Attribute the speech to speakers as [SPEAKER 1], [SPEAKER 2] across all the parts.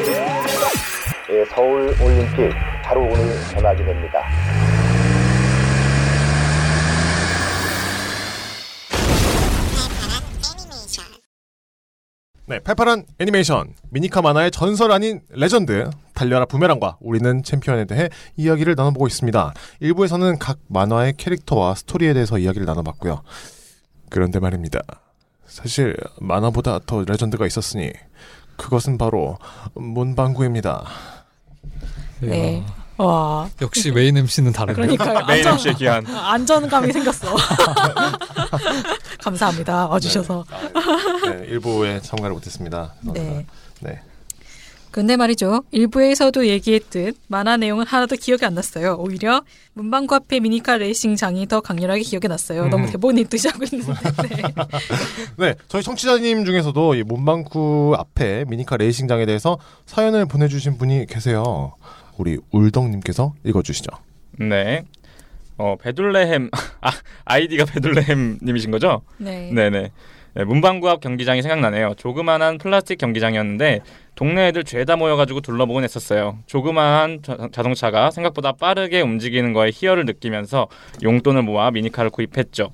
[SPEAKER 1] 이제 예, 서울 올림픽 바로 오늘 전하게 됩니다.
[SPEAKER 2] 네, 팔팔한 애니메이션 미니카 만화의 전설 아닌 레전드 달려라 부메랑과 우리는 챔피언에 대해 이야기를 나눠보고 있습니다. 일부에서는 각 만화의 캐릭터와 스토리에 대해서 이야기를 나눠봤고요. 그런데 말입니다. 사실 만화보다 더 레전드가 있었으니 그것은 바로 문방구입니다.
[SPEAKER 3] 네. 와,
[SPEAKER 4] 역시 메인 MC는 다르네.
[SPEAKER 3] 그러니까요.
[SPEAKER 5] 메인
[SPEAKER 3] 안전,
[SPEAKER 5] MC의 기한.
[SPEAKER 3] 안전감이 생겼어. 감사합니다. 와주셔서.
[SPEAKER 2] 네, 일부에 참가를 못했습니다.
[SPEAKER 3] 네.
[SPEAKER 2] 네.
[SPEAKER 3] 근데 네, 말이죠. 일부에서도 얘기했듯 만화 내용은 하나도 기억이 안 났어요. 오히려 문방구 앞에 미니카 레이싱장이 더 강렬하게 기억이 났어요.
[SPEAKER 2] 음.
[SPEAKER 3] 너무 대본 읽듯이 하고 있는데. 네.
[SPEAKER 2] 네, 저희 청취자님 중에서도 이 문방구 앞에 미니카 레이싱장에 대해서 사연을 보내주신 분이 계세요. 우리 울덕님께서 읽어주시죠.
[SPEAKER 5] 네. 어, 베둘레헴. 아, 아이디가 베둘레헴 님이신 거죠?
[SPEAKER 3] 네.
[SPEAKER 5] 네네. 네, 문방구 앞 경기장이 생각나네요. 조그만한 플라스틱 경기장이었는데 동네 애들 죄다 모여가지고 둘러보곤 했었어요. 조그마한 자, 자동차가 생각보다 빠르게 움직이는 거에 희열을 느끼면서 용돈을 모아 미니카를 구입했죠.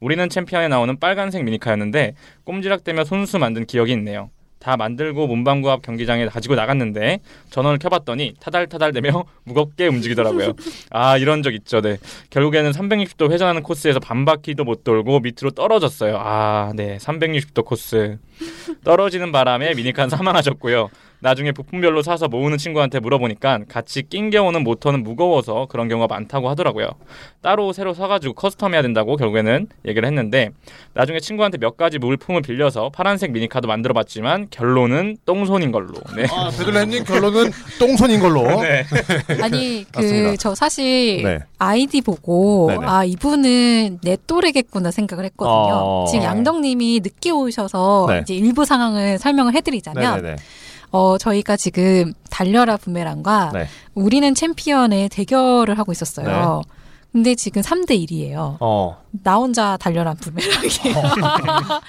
[SPEAKER 5] 우리는 챔피언에 나오는 빨간색 미니카였는데 꼼지락대며 손수 만든 기억이 있네요. 다 만들고 문방구 앞 경기장에 가지고 나갔는데 전원을 켜봤더니 타달타달대며 무겁게 움직이더라고요. 아 이런 적 있죠. 네. 결국에는 360도 회전하는 코스에서 반바퀴도 못 돌고 밑으로 떨어졌어요. 아, 네. 360도 코스. 떨어지는 바람에 미니카는 사망하셨고요. 나중에 부품별로 사서 모으는 친구한테 물어보니까 같이 낀 경우는 모터는 무거워서 그런 경우가 많다고 하더라고요. 따로 새로 사가지고 커스텀해야 된다고 결국에는 얘기를 했는데 나중에 친구한테 몇 가지 물품을 빌려서 파란색 미니카도 만들어봤지만 결론은 똥손인 걸로. 네.
[SPEAKER 2] 아, 베들레헴님 결론은 똥손인 걸로.
[SPEAKER 5] 네.
[SPEAKER 3] 아니 그
[SPEAKER 2] 맞습니다.
[SPEAKER 3] 저 사실
[SPEAKER 2] 네.
[SPEAKER 3] 아이디 보고
[SPEAKER 2] 네네.
[SPEAKER 3] 아 이분은 내 또래겠구나 생각을 했거든요.
[SPEAKER 2] 어.
[SPEAKER 3] 지금 양덕님이 늦게 오셔서
[SPEAKER 2] 네.
[SPEAKER 3] 이제 일부 상황을 설명을 해드리자면
[SPEAKER 2] 네네네.
[SPEAKER 3] 어 저희가 지금 달려라 부메랑과
[SPEAKER 2] 네.
[SPEAKER 3] 우리는 챔피언의 대결을 하고 있었어요. 근데 지금 3대 1이에요.
[SPEAKER 2] 어.
[SPEAKER 3] 나 혼자 달려라 부메랑이에요.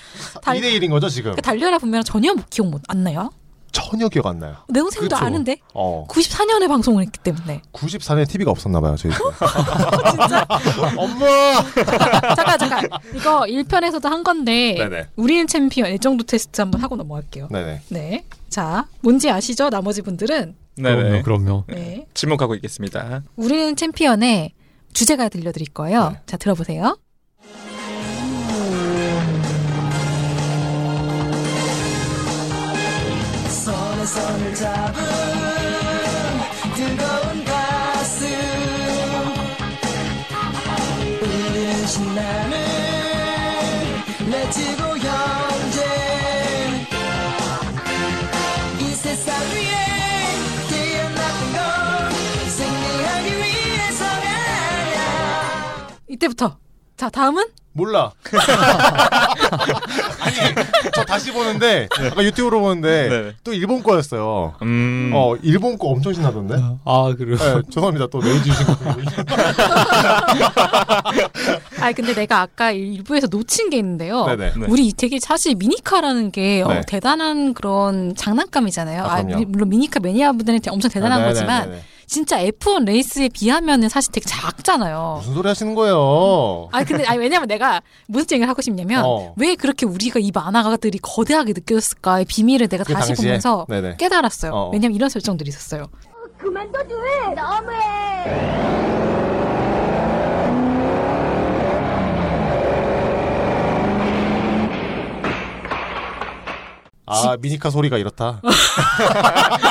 [SPEAKER 3] 달-
[SPEAKER 2] 2대 1인 거죠 지금?
[SPEAKER 3] 그 달려라 부메랑 전혀 기억 못 안 나요?
[SPEAKER 2] 전혀 기억 안 나요.
[SPEAKER 3] 내동생도
[SPEAKER 2] 그쵸.
[SPEAKER 3] 아는데
[SPEAKER 2] 어.
[SPEAKER 3] 94년에 방송을 했기 때문에
[SPEAKER 2] 94년에 TV가 없었나 봐요 저희.
[SPEAKER 3] 어, 진짜
[SPEAKER 2] 엄마.
[SPEAKER 3] 잠깐 잠깐 이거 1편에서도 한 건데
[SPEAKER 2] 네네.
[SPEAKER 3] 우리는 챔피언 애정도 테스트 한번 하고 넘어갈게요.
[SPEAKER 2] 네네.
[SPEAKER 3] 네. 자, 뭔지 아시죠? 나머지 분들은
[SPEAKER 5] 네네.
[SPEAKER 4] 그럼요, 그럼요.
[SPEAKER 3] 네.
[SPEAKER 5] 지목하고 있겠습니다.
[SPEAKER 3] 우리는 챔피언의 주제가 들려드릴 거예요.
[SPEAKER 2] 네.
[SPEAKER 3] 자, 들어보세요. 이때부터 자, 다음은
[SPEAKER 2] 몰라. 아니 저 다시 보는데 아까 유튜브로 보는데
[SPEAKER 5] 네네.
[SPEAKER 2] 또 일본 거였어요.
[SPEAKER 5] 음.
[SPEAKER 2] 어 일본 거 엄청 신나던데.
[SPEAKER 4] 아, 그리고
[SPEAKER 2] 네, 죄송합니다 또 메일 주신 거.
[SPEAKER 3] 아, 근데 내가 아까 일부에서 놓친 게 있는데요.
[SPEAKER 2] 네네.
[SPEAKER 5] 네.
[SPEAKER 3] 우리 되게 사실 미니카라는 게 어,
[SPEAKER 2] 네.
[SPEAKER 3] 대단한 그런 장난감이잖아요.
[SPEAKER 2] 아,
[SPEAKER 3] 아,
[SPEAKER 2] 그럼요.
[SPEAKER 3] 미- 물론 미니카 매니아 분들한테 엄청 대단한
[SPEAKER 2] 아, 네네,
[SPEAKER 3] 거지만
[SPEAKER 2] 네네.
[SPEAKER 3] 진짜 F1 레이스에 비하면은 사실 되게 작잖아요.
[SPEAKER 2] 무슨 소리 하시는 거예요?
[SPEAKER 3] 아 근데 아니 왜냐면 내가 무슨 얘기를 하고 싶냐면
[SPEAKER 2] 어.
[SPEAKER 3] 왜 그렇게 우리가 이 만화가들이 거대하게 느껴졌을까의 비밀을 내가
[SPEAKER 2] 그
[SPEAKER 3] 다시
[SPEAKER 2] 당시에?
[SPEAKER 3] 보면서
[SPEAKER 2] 네네.
[SPEAKER 3] 깨달았어요.
[SPEAKER 2] 어.
[SPEAKER 3] 왜냐면 이런 설정들이 있었어요.
[SPEAKER 6] 그만둬줘 왜 너무해
[SPEAKER 2] 아 미니카 소리가 이렇다.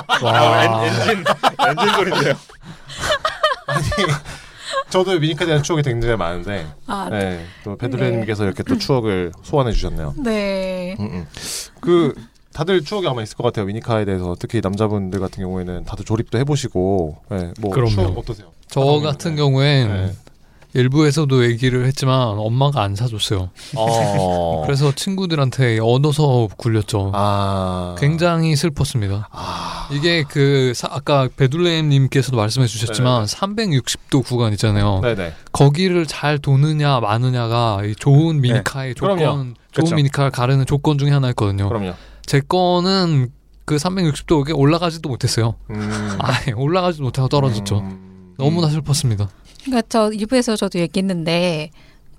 [SPEAKER 5] 아, 엔, 엔진 엔진 소리인데요.
[SPEAKER 2] 저도 미니카 에 대한 추억이 굉장히 많은데.
[SPEAKER 3] 아, 네.
[SPEAKER 2] 네. 또 베드레님께서 이렇게 또 추억을 소환해 주셨네요. 음,
[SPEAKER 3] 네.
[SPEAKER 2] 그 다들 추억이 아마 있을 것 같아요 미니카에 대해서 특히 남자분들 같은 경우에는 다들 조립도 해보시고 예, 뭐
[SPEAKER 4] 그럼요.
[SPEAKER 2] 추억 어떠세요?
[SPEAKER 4] 저 같은
[SPEAKER 2] 네.
[SPEAKER 4] 경우엔 일부에서도 얘기를 했지만 엄마가 안 사줬어요.
[SPEAKER 2] 어...
[SPEAKER 4] 그래서 친구들한테 얻어서 굴렸죠.
[SPEAKER 2] 아
[SPEAKER 4] 굉장히 슬펐습니다. 이게 그 사- 아까 베둘레헴님께서도 말씀해 주셨지만
[SPEAKER 2] 네.
[SPEAKER 4] 360도 구간 있잖아요.
[SPEAKER 2] 네네
[SPEAKER 4] 거기를 잘 도느냐 마느냐가 이 좋은 미니카의 조건,
[SPEAKER 2] 네. 그럼요.
[SPEAKER 4] 좋은
[SPEAKER 2] 그쵸.
[SPEAKER 4] 미니카를 가르는 조건 중에 하나였거든요.
[SPEAKER 2] 그럼요
[SPEAKER 4] 제 거는 그 360도에 올라가지도 못했어요.
[SPEAKER 2] 음.
[SPEAKER 4] 아예 올라가지도 못하고 떨어졌죠.
[SPEAKER 2] 음.
[SPEAKER 4] 너무나 슬펐습니다.
[SPEAKER 3] 그러니까 저 2부에서 저도 얘기했는데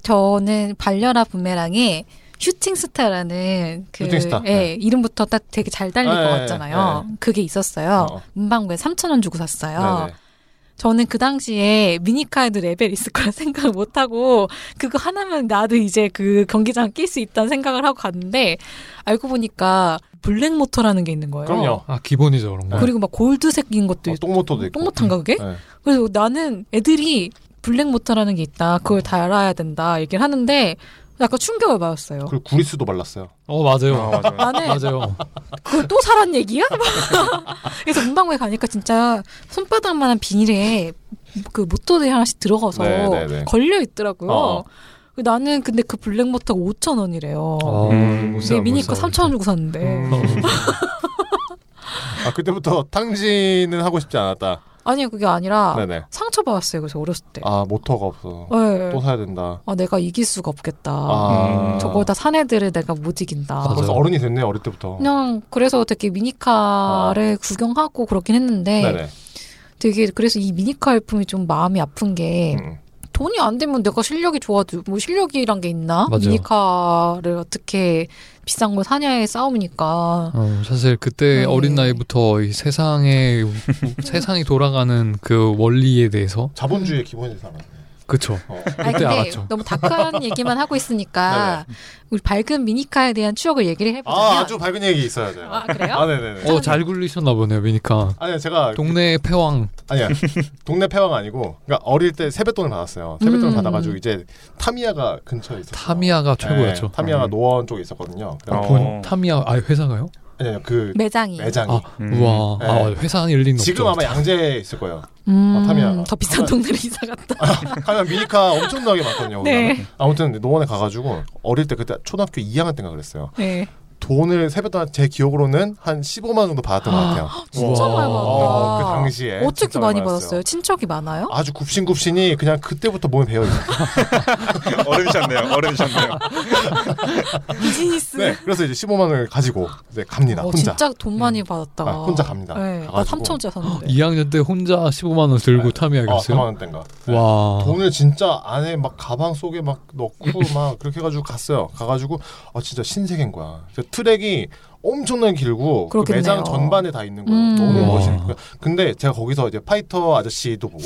[SPEAKER 3] 저는 발려라 부메랑이 슈팅 스타라는 그
[SPEAKER 2] 슈팅 스타,
[SPEAKER 3] 예,
[SPEAKER 2] 네.
[SPEAKER 3] 이름부터 딱 되게 잘 달릴
[SPEAKER 2] 아,
[SPEAKER 3] 것
[SPEAKER 2] 예, 예,
[SPEAKER 3] 같잖아요. 그게 있었어요.
[SPEAKER 2] 어.
[SPEAKER 3] 문방구에 3,000원 주고 샀어요.
[SPEAKER 2] 네네.
[SPEAKER 3] 저는 그 당시에 미니카에도 레벨 있을 거라 생각을 못하고 그거 하나면 나도 이제 그 경기장 낄 수 있다는 생각을 하고 갔는데 알고 보니까 블랙 모터라는 게 있는 거예요.
[SPEAKER 2] 어. 그럼요.
[SPEAKER 4] 아 기본이죠 그런 거.
[SPEAKER 3] 리고막 골드색인 것도
[SPEAKER 2] 어,
[SPEAKER 3] 있고
[SPEAKER 2] 똥모토도 있고.
[SPEAKER 3] 똥모탄가 그게?
[SPEAKER 2] 네.
[SPEAKER 3] 그래서 나는 애들이 블랙 모터라는 게 있다. 그걸 다 알아야 된다. 얘기를 하는데 약간 충격을 받았어요.
[SPEAKER 2] 그리고 구리스도 발랐어요.
[SPEAKER 4] 어 맞아요.
[SPEAKER 5] 어, 맞아요.
[SPEAKER 3] 나는
[SPEAKER 4] 맞아요.
[SPEAKER 3] 그걸 또 사란 얘기야? 그래서 문방구에 가니까 진짜 손바닥만한 비닐에 그 모터들이 하나씩 들어가서
[SPEAKER 2] 네, 네, 네.
[SPEAKER 3] 걸려 있더라고요.
[SPEAKER 2] 어.
[SPEAKER 3] 나는 근데 그 블랙 모터가 5천 원이래요.
[SPEAKER 4] 어,
[SPEAKER 5] 음,
[SPEAKER 4] 못
[SPEAKER 3] 내
[SPEAKER 4] 어, 살아, 못
[SPEAKER 3] 네, 미니카
[SPEAKER 4] 살아.
[SPEAKER 3] 3천 원 주고 샀는데
[SPEAKER 2] 음. 아 그때부터 탕진은 하고 싶지 않았다.
[SPEAKER 3] 아니 그게 아니라
[SPEAKER 2] 네네.
[SPEAKER 3] 상처 받았어요. 그래서 어렸을 때.
[SPEAKER 2] 아 모터가 없어.
[SPEAKER 3] 네.
[SPEAKER 2] 또 사야 된다.
[SPEAKER 3] 아 내가 이길 수가 없겠다.
[SPEAKER 2] 아.
[SPEAKER 3] 음, 저걸 다 산 애들을 내가 못 이긴다.
[SPEAKER 4] 맞아.
[SPEAKER 2] 벌써
[SPEAKER 4] 맞아요.
[SPEAKER 2] 어른이 됐네 어릴 때부터.
[SPEAKER 3] 그냥 그래서 되게 미니카를 구경하고 그렇긴 했는데
[SPEAKER 2] 네네.
[SPEAKER 3] 되게 그래서 이 미니카 열풍이 좀 마음이 아픈 게
[SPEAKER 2] 음.
[SPEAKER 3] 돈이 안 되면 내가 실력이 좋아도 뭐 실력이란 게 있나?
[SPEAKER 4] 맞아요.
[SPEAKER 3] 미니카를 어떻게 비싼 걸 사냐의 싸움이니까.
[SPEAKER 4] 어, 사실 그때
[SPEAKER 3] 네.
[SPEAKER 4] 어린 나이부터 이 세상에 세상이 돌아가는 그 원리에 대해서
[SPEAKER 2] 자본주의 기본인 사람.
[SPEAKER 4] 그쵸
[SPEAKER 2] 어.
[SPEAKER 3] 아니
[SPEAKER 4] 그때
[SPEAKER 3] 근데
[SPEAKER 4] 알았죠.
[SPEAKER 3] 너무 다크한 얘기만 하고 있으니까 우리 밝은 미니카에 대한 추억을 얘기를 해보자면
[SPEAKER 2] 아 아주 밝은 얘기 있어야 돼요.
[SPEAKER 3] 아, 그래요?
[SPEAKER 2] 아 네네네.
[SPEAKER 4] 어잘 굴리셨나 보네요 미니카
[SPEAKER 2] 아니 제가 그,
[SPEAKER 4] 동네 패왕
[SPEAKER 2] 아니야 동네 패왕 아니고 그러니까 어릴 때 세뱃돈을 받았어요. 세뱃돈을
[SPEAKER 3] 음.
[SPEAKER 2] 받아가지고 이제 타미야가 근처에 있었어요.
[SPEAKER 4] 타미야가 최고였죠
[SPEAKER 2] 네, 타미야가
[SPEAKER 5] 음.
[SPEAKER 2] 노원 쪽에 있었거든요. 그래서
[SPEAKER 5] 어.
[SPEAKER 4] 본 타미야 아 회사가요
[SPEAKER 2] 아니 아니 그
[SPEAKER 3] 매장이
[SPEAKER 2] 매장이
[SPEAKER 4] 아
[SPEAKER 5] 음.
[SPEAKER 4] 우와
[SPEAKER 2] 네.
[SPEAKER 4] 아, 회사 안에 일리는
[SPEAKER 2] 지금
[SPEAKER 4] 없죠
[SPEAKER 2] 아마 양재에 있을 거예요.
[SPEAKER 3] 음,
[SPEAKER 2] 어, 타미야가. 아.
[SPEAKER 3] 더 비싼 동네로 이사 갔다.
[SPEAKER 2] 하면 미니카 엄청나게 많거든요.
[SPEAKER 3] 네.
[SPEAKER 2] 거기다가. 아무튼 노원에 가가지고 어릴 때 그때 초등학교 2학년 때인가 그랬어요.
[SPEAKER 3] 네.
[SPEAKER 2] 돈을 세뱃돈 제 기억으로는 한 15만 원 정도 받았던 것 같아요.
[SPEAKER 3] 진짜
[SPEAKER 4] 우와.
[SPEAKER 3] 많이 받았다.
[SPEAKER 2] 어, 그 당시에
[SPEAKER 3] 어떻게
[SPEAKER 2] 진짜
[SPEAKER 3] 많이
[SPEAKER 2] 많이
[SPEAKER 3] 받았어요?
[SPEAKER 2] 받았어요.
[SPEAKER 3] 친척이 많아요?
[SPEAKER 2] 아주 굽신굽신이 그냥 그때부터 몸에 배어 있어요.
[SPEAKER 5] 어른이셨네요. 어른이셨네요.
[SPEAKER 3] 비즈니스.
[SPEAKER 2] 네, 그래서 이제 15만 원을 가지고 이제 갑니다.
[SPEAKER 3] 어,
[SPEAKER 2] 혼자.
[SPEAKER 3] 진짜 돈 많이 받았다.
[SPEAKER 2] 아, 혼자 갑니다.
[SPEAKER 3] 네, 나
[SPEAKER 2] 가가지고.
[SPEAKER 3] 3천원짜리 샀는데.
[SPEAKER 4] 2학년 때 혼자 15만 원 들고 타미야
[SPEAKER 2] 아, 4만
[SPEAKER 4] 갔어요
[SPEAKER 2] 원대인가.
[SPEAKER 4] 와
[SPEAKER 2] 돈을 진짜 안에 막 가방 속에 막 넣고 막 그렇게 해가지고 갔어요. 가가지고 아 진짜 신세계인 거야. 그 트랙이 엄청나게 길고 그
[SPEAKER 3] 그렇겠네요.
[SPEAKER 2] 매장 전반에 다 있는 거예요.
[SPEAKER 3] 음.
[SPEAKER 2] 너무
[SPEAKER 4] 와.
[SPEAKER 2] 멋있는 거야. 근데 제가 거기서 이제 파이터 아저씨도 보고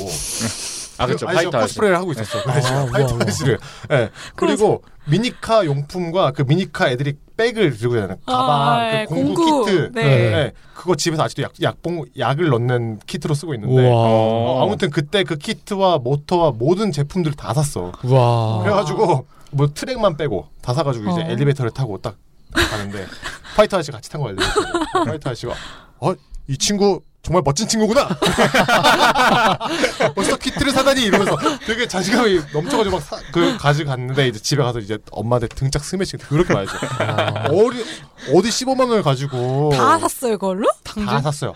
[SPEAKER 5] 아 그렇죠.
[SPEAKER 2] 아저씨가
[SPEAKER 5] 파이터 아저씨.
[SPEAKER 2] 코스프레를 하고 있었어.
[SPEAKER 4] 아, 우와,
[SPEAKER 2] 파이터
[SPEAKER 4] 우와.
[SPEAKER 2] 아저씨를. 예. 그리고 미니카 용품과 그 미니카 애들이 백을 들고 다니는 가방,
[SPEAKER 3] 아, 예,
[SPEAKER 2] 그 공구, 키트.
[SPEAKER 3] 네.
[SPEAKER 2] 예,
[SPEAKER 4] 네.
[SPEAKER 2] 그거 집에서 아직도 약, 약봉 약을 넣는 키트로 쓰고 있는데
[SPEAKER 4] 우와
[SPEAKER 2] 어, 아무튼 그때 그 키트와 모터와 모든 제품들을 다 샀어.
[SPEAKER 4] 우와
[SPEAKER 2] 그래가지고 뭐 트랙만 빼고 다 사가지고 이제
[SPEAKER 3] 어.
[SPEAKER 2] 엘리베이터를 타고 딱 가는데 파이터 아저씨 같이 탄 거야. 엘리베이터. 파이터 아저씨가 어이 친구 정말 멋진 친구구나. 벌써 키트를 사다니 이러면서 되게 자신감이 넘쳐가지고 막 그 가져갔는데 이제 집에 가서 이제 엄마한테 등짝 스매싱 그렇게 말이죠. 어디 어디 15만 원을 가지고
[SPEAKER 3] 다 샀어요, 그걸로?
[SPEAKER 2] 다 샀어요.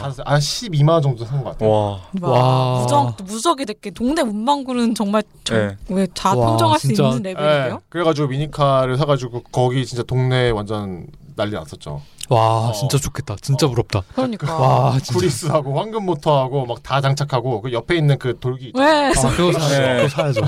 [SPEAKER 2] 다 샀어요. 한 12만 원 정도 산 것 같아요.
[SPEAKER 5] 와.
[SPEAKER 4] 와.
[SPEAKER 3] 무적, 무적이 됐게. 동네 문방구는 정말
[SPEAKER 5] 네.
[SPEAKER 3] 왜다
[SPEAKER 4] 와,
[SPEAKER 3] 평정할 수
[SPEAKER 4] 진짜.
[SPEAKER 3] 있는 레벨인데요?
[SPEAKER 2] 예, 그래가지고 미니카를 사가지고 거기 진짜 동네 완전 난리 났었죠.
[SPEAKER 4] 와
[SPEAKER 2] 어. 아.
[SPEAKER 4] 진짜 좋겠다 진짜 부럽다
[SPEAKER 3] 그러니까.
[SPEAKER 4] 와 진짜
[SPEAKER 2] 쿠리스하고 황금 모터하고 막 다 장착하고 그 옆에 있는 그 돌기 있잖아요.
[SPEAKER 3] 왜?
[SPEAKER 4] 아, 그거 사야죠
[SPEAKER 5] 네.
[SPEAKER 4] 그거 사야죠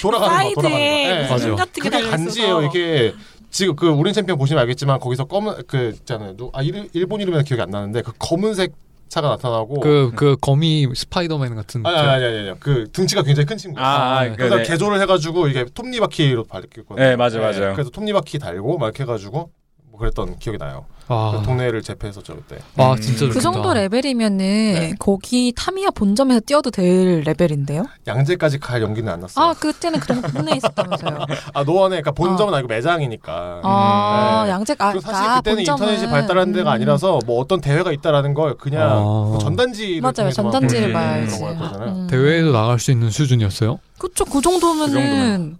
[SPEAKER 2] 돌아가는 거 돌아가는
[SPEAKER 3] 네. 사이드에
[SPEAKER 2] 거. 네,
[SPEAKER 4] 맞아요.
[SPEAKER 3] 무슨 같은 게
[SPEAKER 2] 그게
[SPEAKER 3] 달려있어서.
[SPEAKER 2] 간지예요. 이게 지금 그 우린 챔피언 보시면 알겠지만 거기서 검은 그 있잖아요. 누- 아 일, 일본 이름이 기억이 안 나는데 그 검은색 차가 나타나고
[SPEAKER 4] 그, 그 거미 스파이더맨 같은
[SPEAKER 2] 아니 아니 아니 아니, 아니. 그 등치가 굉장히 큰 친구.
[SPEAKER 5] 아, 아
[SPEAKER 4] 네.
[SPEAKER 5] 그
[SPEAKER 2] 그래서
[SPEAKER 5] 네.
[SPEAKER 2] 개조를 해가지고 이게 톱니바퀴로 밝혔거든요. 예.
[SPEAKER 5] 네, 맞아요, 맞아요.
[SPEAKER 2] 그래서 톱니바퀴 달고 막 이렇게 해가지고 뭐 그랬던 기억이 나요. 그
[SPEAKER 4] 아,
[SPEAKER 2] 동네를 제패했었죠 그때.
[SPEAKER 4] 와 진짜
[SPEAKER 5] 음.
[SPEAKER 4] 좋다
[SPEAKER 3] 그 정도 레벨이면은
[SPEAKER 2] 그러니까. 네.
[SPEAKER 3] 거기 타미야 본점에서 뛰어도 될 레벨인데요?
[SPEAKER 2] 아, 양재까지 갈 용기는 안 났어요.
[SPEAKER 3] 아
[SPEAKER 2] 아,
[SPEAKER 3] 그때는 그 동네에 있었다면서요?
[SPEAKER 2] 노원에 그러니까 본점은 아니고 매장이니까.
[SPEAKER 3] 아
[SPEAKER 2] 네.
[SPEAKER 3] 양재 아
[SPEAKER 2] 그리고 사실
[SPEAKER 3] 아,
[SPEAKER 2] 그때는
[SPEAKER 3] 본점은.
[SPEAKER 2] 인터넷이 발달한 데가
[SPEAKER 3] 음.
[SPEAKER 2] 아니라서 뭐 어떤 대회가 있다라는 걸 그냥
[SPEAKER 4] 아.
[SPEAKER 2] 뭐 전단지를
[SPEAKER 3] 맞아요
[SPEAKER 2] 통해서 막
[SPEAKER 3] 전단지를
[SPEAKER 5] 음,
[SPEAKER 2] 그런
[SPEAKER 3] 봐야지.
[SPEAKER 2] 거할 거잖아요.
[SPEAKER 3] 음.
[SPEAKER 4] 대회에도 나갈 수 있는 수준이었어요.
[SPEAKER 3] 그쵸 그
[SPEAKER 4] 음,
[SPEAKER 3] 정도면은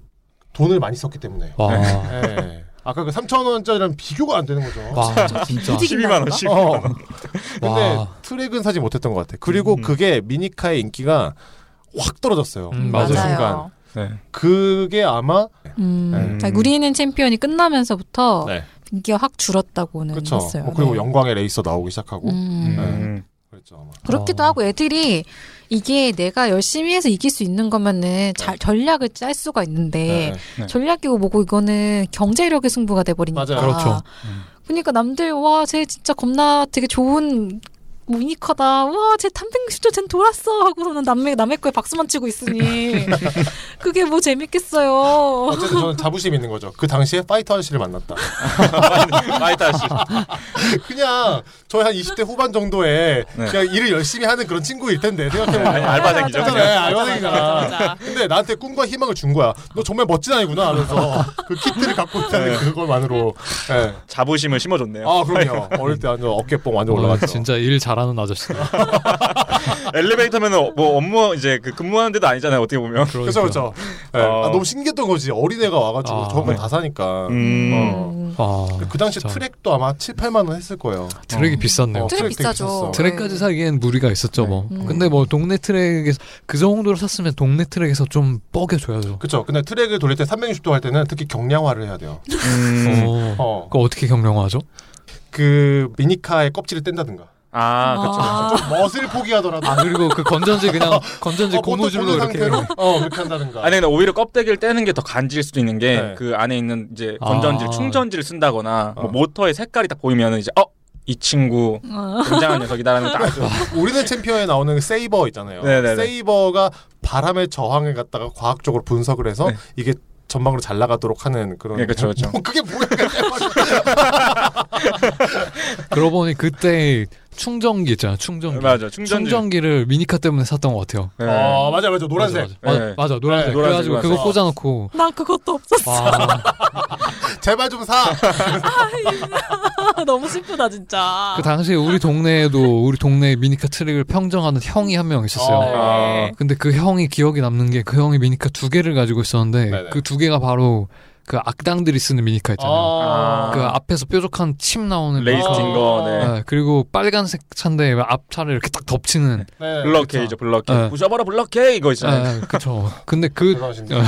[SPEAKER 2] 돈을 많이 썼기 때문에.
[SPEAKER 4] 와,
[SPEAKER 2] 예. 아까 그 3천 원짜리랑 비교가 안 되는 거죠.
[SPEAKER 4] 와 진짜.
[SPEAKER 3] 비비디-
[SPEAKER 5] 12만 원. 10.
[SPEAKER 2] 어. 근데
[SPEAKER 4] 와.
[SPEAKER 2] 트랙은 사지 못했던 것 같아. 그리고 그게 미니카의 인기가 확 떨어졌어요.
[SPEAKER 4] 음,
[SPEAKER 2] 어느
[SPEAKER 4] 맞아요.
[SPEAKER 2] 순간.
[SPEAKER 5] 네.
[SPEAKER 2] 그게 아마
[SPEAKER 3] 음,
[SPEAKER 5] 네.
[SPEAKER 3] 그러니까 우리는 챔피언이 끝나면서부터
[SPEAKER 2] 네.
[SPEAKER 3] 인기가 확 줄었다고는
[SPEAKER 2] 그렇죠.
[SPEAKER 3] 했어요.
[SPEAKER 2] 어, 그리고
[SPEAKER 3] 네.
[SPEAKER 2] 영광의 레이서 나오기 시작하고 네.
[SPEAKER 3] 음.
[SPEAKER 5] 음.
[SPEAKER 2] 그랬죠. 아마.
[SPEAKER 3] 그렇기도
[SPEAKER 4] 어.
[SPEAKER 3] 하고 애들이 이게 내가 열심히 해서 이길 수 있는 거면은 잘 전략을 짤 수가
[SPEAKER 2] 네.
[SPEAKER 3] 있는데
[SPEAKER 5] 네.
[SPEAKER 3] 전략이고 뭐고 이거는 경제력의 승부가 돼버리니까
[SPEAKER 2] 맞아요.
[SPEAKER 4] 그렇죠.
[SPEAKER 3] 그러니까 남들 와 쟤 진짜 겁나 되게 좋은 미니커다. 와, 쟤 360도 쟨 돌았어. 하고서는 남의, 남의 거에 박수만 치고 있으니. 그게 뭐 재밌겠어요.
[SPEAKER 2] 어쨌든 저는 자부심 있는 거죠. 그 당시에 파이터 아저씨를 만났다.
[SPEAKER 5] 파이터 아저씨.
[SPEAKER 2] 그냥 저희 한 20대 후반 정도에
[SPEAKER 5] 네.
[SPEAKER 2] 그냥 일을 열심히 하는 그런 친구일 텐데 생각해보면
[SPEAKER 5] 아, 알바생이죠.
[SPEAKER 2] 맞아,
[SPEAKER 5] 그냥.
[SPEAKER 2] 맞아, 알바생이잖아. 근데 나한테 꿈과 희망을 준 거야. 너 정말 멋진 아이구나 하면서 그 키트를 갖고 있다는
[SPEAKER 5] 네.
[SPEAKER 2] 그걸만으로. 예.
[SPEAKER 5] 자부심을 심어줬네요.
[SPEAKER 2] 아 그럼요. 어릴 때 완전 어깨뽕 완전 올라갔죠.
[SPEAKER 4] 어, 진짜 일 잘하는 아저씨.
[SPEAKER 5] 엘리베이터면 은뭐 업무 이제 그 근무하는 데도 아니잖아요. 어떻게 보면.
[SPEAKER 4] 그러니까.
[SPEAKER 2] 그렇죠 그렇죠. 예.
[SPEAKER 5] 어.
[SPEAKER 2] 아, 너무 신기했던 거지. 어린애가 와가지고
[SPEAKER 4] 아,
[SPEAKER 2] 저걸
[SPEAKER 5] 네.
[SPEAKER 2] 다 사니까.
[SPEAKER 5] 음.
[SPEAKER 3] 음.
[SPEAKER 4] 아,
[SPEAKER 2] 근데 그 당시
[SPEAKER 4] 진짜.
[SPEAKER 2] 트랙도 아마 7, 8만 원 했을 거예요.
[SPEAKER 4] 트랙이 비쌌네요.
[SPEAKER 2] 어,
[SPEAKER 3] 트랙
[SPEAKER 2] 되게
[SPEAKER 3] 비싸죠.
[SPEAKER 2] 비쌌어.
[SPEAKER 4] 트랙까지 사기엔 무리가 있었죠
[SPEAKER 2] 네.
[SPEAKER 4] 뭐.
[SPEAKER 3] 음.
[SPEAKER 4] 근데 뭐 동네 트랙에서 그 정도로 샀으면 동네 트랙에서 좀 뻐겨줘야죠.
[SPEAKER 2] 그렇죠. 근데 트랙을 돌릴 때 360도 할 때는 특히 경량화를 해야 돼요.
[SPEAKER 5] 음.
[SPEAKER 4] 어.
[SPEAKER 2] 어.
[SPEAKER 4] 그거 어떻게 경량화하죠?
[SPEAKER 2] 그 미니카의 껍질을 뗀다든가.
[SPEAKER 5] 아, 그쵸.
[SPEAKER 3] 아,
[SPEAKER 2] 멋을 포기하더라도.
[SPEAKER 4] 아 그리고 그 건전지 그냥 건전지
[SPEAKER 2] 어, 그것도
[SPEAKER 4] 고무줄로
[SPEAKER 2] 보는
[SPEAKER 4] 이렇게
[SPEAKER 2] 상태로 어 그렇게 한다든가.
[SPEAKER 5] 아니 근데 오히려 껍데기를 떼는 게 더 간지일 수도 있는 게
[SPEAKER 2] 네.
[SPEAKER 5] 그 안에 있는 이제
[SPEAKER 4] 아.
[SPEAKER 5] 건전지를 충전지를 쓴다거나
[SPEAKER 2] 어.
[SPEAKER 5] 뭐 모터의 색깔이 딱 보이면은 이제 어 이 친구
[SPEAKER 3] 어.
[SPEAKER 5] 굉장한 녀석이다라는 걸딱 알죠.
[SPEAKER 2] 우리는 챔피언에 나오는 그 세이버 있잖아요.
[SPEAKER 5] 네네네.
[SPEAKER 2] 세이버가 바람의 저항을 갖다가 과학적으로 분석을 해서
[SPEAKER 5] 네.
[SPEAKER 2] 이게 전방으로 잘 나가도록 하는 그런.
[SPEAKER 5] 네, 그쵸, 그쵸.
[SPEAKER 2] 뭐 그게 뭐야?
[SPEAKER 4] 그러고 보니 그때 충전기 있잖아 충전기
[SPEAKER 5] 맞아 충전지.
[SPEAKER 4] 충전기를 미니카 때문에 샀던 것 같아요.
[SPEAKER 5] 네.
[SPEAKER 2] 어 맞아 맞아 노란색.
[SPEAKER 4] 맞아 맞아,
[SPEAKER 5] 네.
[SPEAKER 4] 맞아, 맞아, 노란색.
[SPEAKER 5] 네, 노란색,
[SPEAKER 4] 그래가지고 그거
[SPEAKER 5] 노란색.
[SPEAKER 4] 꽂아놓고
[SPEAKER 3] 난 그것도 없었어.
[SPEAKER 4] 와
[SPEAKER 2] 제발 좀 사.
[SPEAKER 3] 너무 슬프다, 진짜.
[SPEAKER 4] 그 당시에 우리 동네에도 우리 동네 미니카 트랙을 평정하는 형이 한 명 있었어요.
[SPEAKER 2] 어.
[SPEAKER 5] 아.
[SPEAKER 4] 근데 그 형이 기억에 남는 게 그 형이 미니카 두 개를 가지고 있었는데
[SPEAKER 2] 네네.
[SPEAKER 4] 그 두 개가 바로 그 악당들이 쓰는 미니카 있잖아요.
[SPEAKER 2] 아.
[SPEAKER 5] 아.
[SPEAKER 4] 그 앞에서 뾰족한 침 나오는
[SPEAKER 5] 레이스팅거,
[SPEAKER 2] 아.
[SPEAKER 5] 네.
[SPEAKER 4] 네, 그리고 빨간색 차인데 앞차를 이렇게 딱 덮치는.
[SPEAKER 2] 네.
[SPEAKER 5] 블럭케이죠, 블럭케이.
[SPEAKER 4] 네.
[SPEAKER 5] 부셔버려 블럭케이 이거 있잖아요.
[SPEAKER 4] 아, 그쵸. 근데 그,
[SPEAKER 2] 죄송하십니다.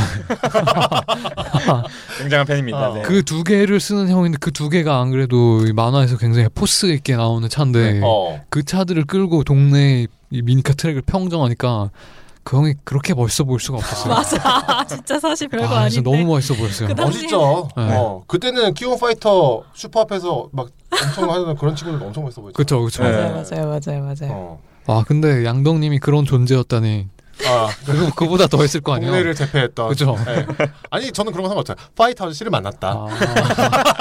[SPEAKER 5] 굉장한 팬입니다.
[SPEAKER 2] 어.
[SPEAKER 5] 네.
[SPEAKER 4] 그 두 개를 쓰는 형인데 그 두 개가 안 그래도 이 만화에서 굉장히 포스 있게 나오는 차인데
[SPEAKER 2] 어.
[SPEAKER 4] 그 차들을 끌고 동네 이 미니카 트랙을 평정하니까 그 형이 그렇게 멋있어 보일 수가 없었어요.
[SPEAKER 3] 맞아. 진짜 사실 별거
[SPEAKER 4] 아,
[SPEAKER 3] 아,
[SPEAKER 4] 진짜
[SPEAKER 3] 닌데
[SPEAKER 4] 너무 멋있어 보였어요.
[SPEAKER 3] 그 당시-
[SPEAKER 2] 멋있죠.
[SPEAKER 4] 네.
[SPEAKER 2] 어 그때는 키온 파이터 슈퍼 앞에서 막 엄청 하는 그런 친구들 엄청 멋있어 보였죠.
[SPEAKER 4] 그쵸, 그쵸.
[SPEAKER 5] 네.
[SPEAKER 3] 맞아요, 맞아요, 맞아요, 맞아요.
[SPEAKER 2] 어.
[SPEAKER 4] 와, 근데 양덕님이 그런 존재였다니.
[SPEAKER 2] 아
[SPEAKER 4] 그거, 그보다 더 했을 거 아니에요?
[SPEAKER 2] 동네를 제패했던.
[SPEAKER 4] 어, 그쵸.
[SPEAKER 2] 네. 아니 저는 그런 거 상관없어요. 파이터 아저씨를 만났다.
[SPEAKER 4] 아,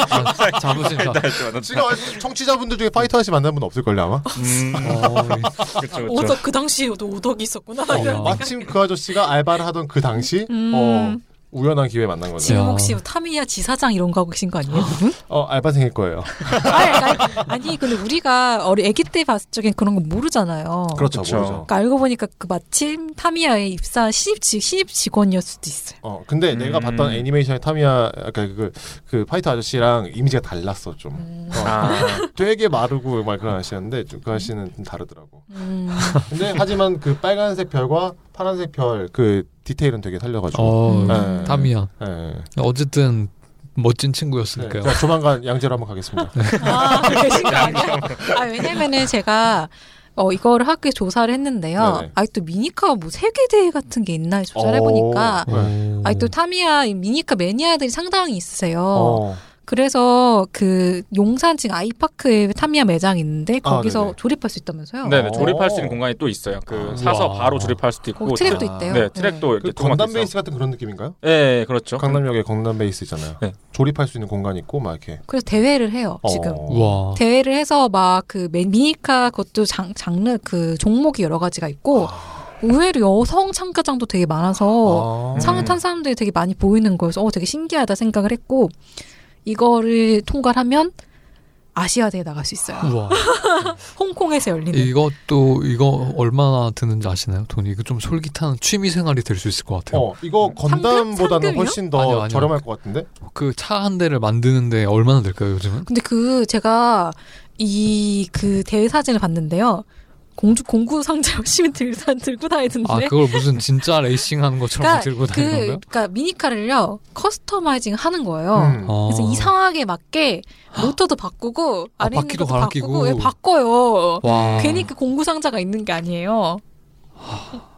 [SPEAKER 4] 아, 자부심. 자-
[SPEAKER 2] 지금 아직 청취자분들 중에 파이터 아저씨 만난 분 없을걸요 아마?
[SPEAKER 5] 음,
[SPEAKER 2] 네.
[SPEAKER 4] 어,
[SPEAKER 5] 그쵸, 그쵸.
[SPEAKER 3] 오덕, 그 당시에도 오덕이 있었구나.
[SPEAKER 4] 어.
[SPEAKER 2] 마침 그 아저씨가 알바를 하던 그 당시
[SPEAKER 3] 음.
[SPEAKER 2] 어, 우연한 기회에 만난 거죠.
[SPEAKER 4] 야.
[SPEAKER 3] 지금 혹시 타미야 지사장 이런 거 하고 계신 거 아니에요? 그분?
[SPEAKER 2] 어 알바생일 거예요.
[SPEAKER 3] 아니, 아니, 아니, 근데 우리가 어리 아기 때 봤을 적엔 그런 거 모르잖아요.
[SPEAKER 2] 그렇죠,
[SPEAKER 5] 그쵸.
[SPEAKER 2] 모르죠.
[SPEAKER 3] 그러니까 알고 보니까 그 마침 타미야의 입사 신입 직 신입 직원이었을 수도 있어요.
[SPEAKER 2] 어 근데
[SPEAKER 5] 음.
[SPEAKER 2] 내가 봤던 애니메이션의 타미야 그그 그 파이터 아저씨랑 이미지가 달랐어 좀.
[SPEAKER 3] 음.
[SPEAKER 2] 어,
[SPEAKER 5] 아,
[SPEAKER 2] 되게 마르고 막 그런 아저씨였는데 좀그 아저씨는 좀 다르더라고.
[SPEAKER 3] 음,
[SPEAKER 2] 근데 하지만 그 빨간색 별과 파란색 별 그 디테일은 되게 살려가지고.
[SPEAKER 4] 어,
[SPEAKER 2] 네.
[SPEAKER 4] 담이야.
[SPEAKER 2] 예. 네.
[SPEAKER 4] 어쨌든 멋진
[SPEAKER 2] 네.
[SPEAKER 4] 친구였으니까요.
[SPEAKER 2] 제가 조만간 양재로 한번 가겠습니다.
[SPEAKER 3] 아, 계신 거 아니야? 아, 왜냐면은 제가 어 이거를 학교에 조사를 했는데요.
[SPEAKER 2] 네네.
[SPEAKER 3] 아직도 미니카 뭐 세계 대회 같은 게 있나 조사를 해보니까
[SPEAKER 2] 어.
[SPEAKER 3] 아직도 타미야 이 미니카 매니아들이 상당히 있으세요.
[SPEAKER 2] 어.
[SPEAKER 3] 그래서 그 용산 지금 아이파크에 타미야 매장 있는데
[SPEAKER 2] 아,
[SPEAKER 3] 거기서
[SPEAKER 2] 네네.
[SPEAKER 3] 조립할 수 있다면서요?
[SPEAKER 5] 네네
[SPEAKER 2] 어.
[SPEAKER 5] 조립할 수 있는 공간이 또 있어요. 그
[SPEAKER 2] 아.
[SPEAKER 5] 사서
[SPEAKER 4] 와.
[SPEAKER 5] 바로 조립할 수도
[SPEAKER 3] 거기
[SPEAKER 5] 있고,
[SPEAKER 3] 어, 트랙도
[SPEAKER 2] 아.
[SPEAKER 3] 있대요.
[SPEAKER 5] 네 트랙도
[SPEAKER 2] 그
[SPEAKER 5] 이렇게
[SPEAKER 2] 건담
[SPEAKER 5] 조그맣게 있어.
[SPEAKER 2] 베이스 같은 그런 느낌인가요?
[SPEAKER 5] 네, 그렇죠.
[SPEAKER 2] 강남역에 건담 베이스 있잖아요.
[SPEAKER 5] 네.
[SPEAKER 2] 조립할 수 있는 공간 있고 막 이렇게.
[SPEAKER 3] 그래서 대회를 해요
[SPEAKER 2] 어.
[SPEAKER 3] 지금.
[SPEAKER 4] 와.
[SPEAKER 3] 대회를 해서 막 그 미니카 그것도 장, 장르 그 종목이 여러 가지가 있고 의외로 여성 참가장도 되게 많아서 어. 상을 탄 사람들이 되게 많이 보이는 거여서 어 되게 신기하다 생각을 했고 이거를 통과하면 아시아 대회 나갈 수 있어요.
[SPEAKER 4] 우와.
[SPEAKER 3] 홍콩에서 열리는.
[SPEAKER 4] 이것도 이거 얼마나 드는지 아시나요? 돈이 이거 좀 솔깃한 취미 생활이 될 수 있을 것 같아요.
[SPEAKER 2] 어, 이거 건담보다는
[SPEAKER 3] 상금?
[SPEAKER 2] 훨씬 더
[SPEAKER 4] 아니요, 아니요.
[SPEAKER 2] 저렴할 것 같은데?
[SPEAKER 4] 그 차 한 대를 만드는데 얼마나 들까요, 요즘은?
[SPEAKER 3] 근데 그 제가 이 그 대회 사진을 봤는데요. 공주 공구 상자 열심히 들다 들고 다니던데.
[SPEAKER 4] 아 그걸 무슨 진짜 레이싱 하는 것처럼 들고 다니는
[SPEAKER 3] 네? 그,
[SPEAKER 4] 건가요?
[SPEAKER 3] 그러니까 미니카를요 커스터마이징 하는 거예요.
[SPEAKER 2] 음.
[SPEAKER 4] 어.
[SPEAKER 3] 그래서 이상하게 맞게 모터도 바꾸고
[SPEAKER 4] 아,
[SPEAKER 3] 아래 있는
[SPEAKER 4] 바퀴도
[SPEAKER 3] 것도
[SPEAKER 4] 갈아
[SPEAKER 3] 바꾸고
[SPEAKER 4] 끼고. 아.
[SPEAKER 3] 예, 바꿔요.
[SPEAKER 4] 와.
[SPEAKER 3] 괜히 그 공구 상자가 있는 게 아니에요.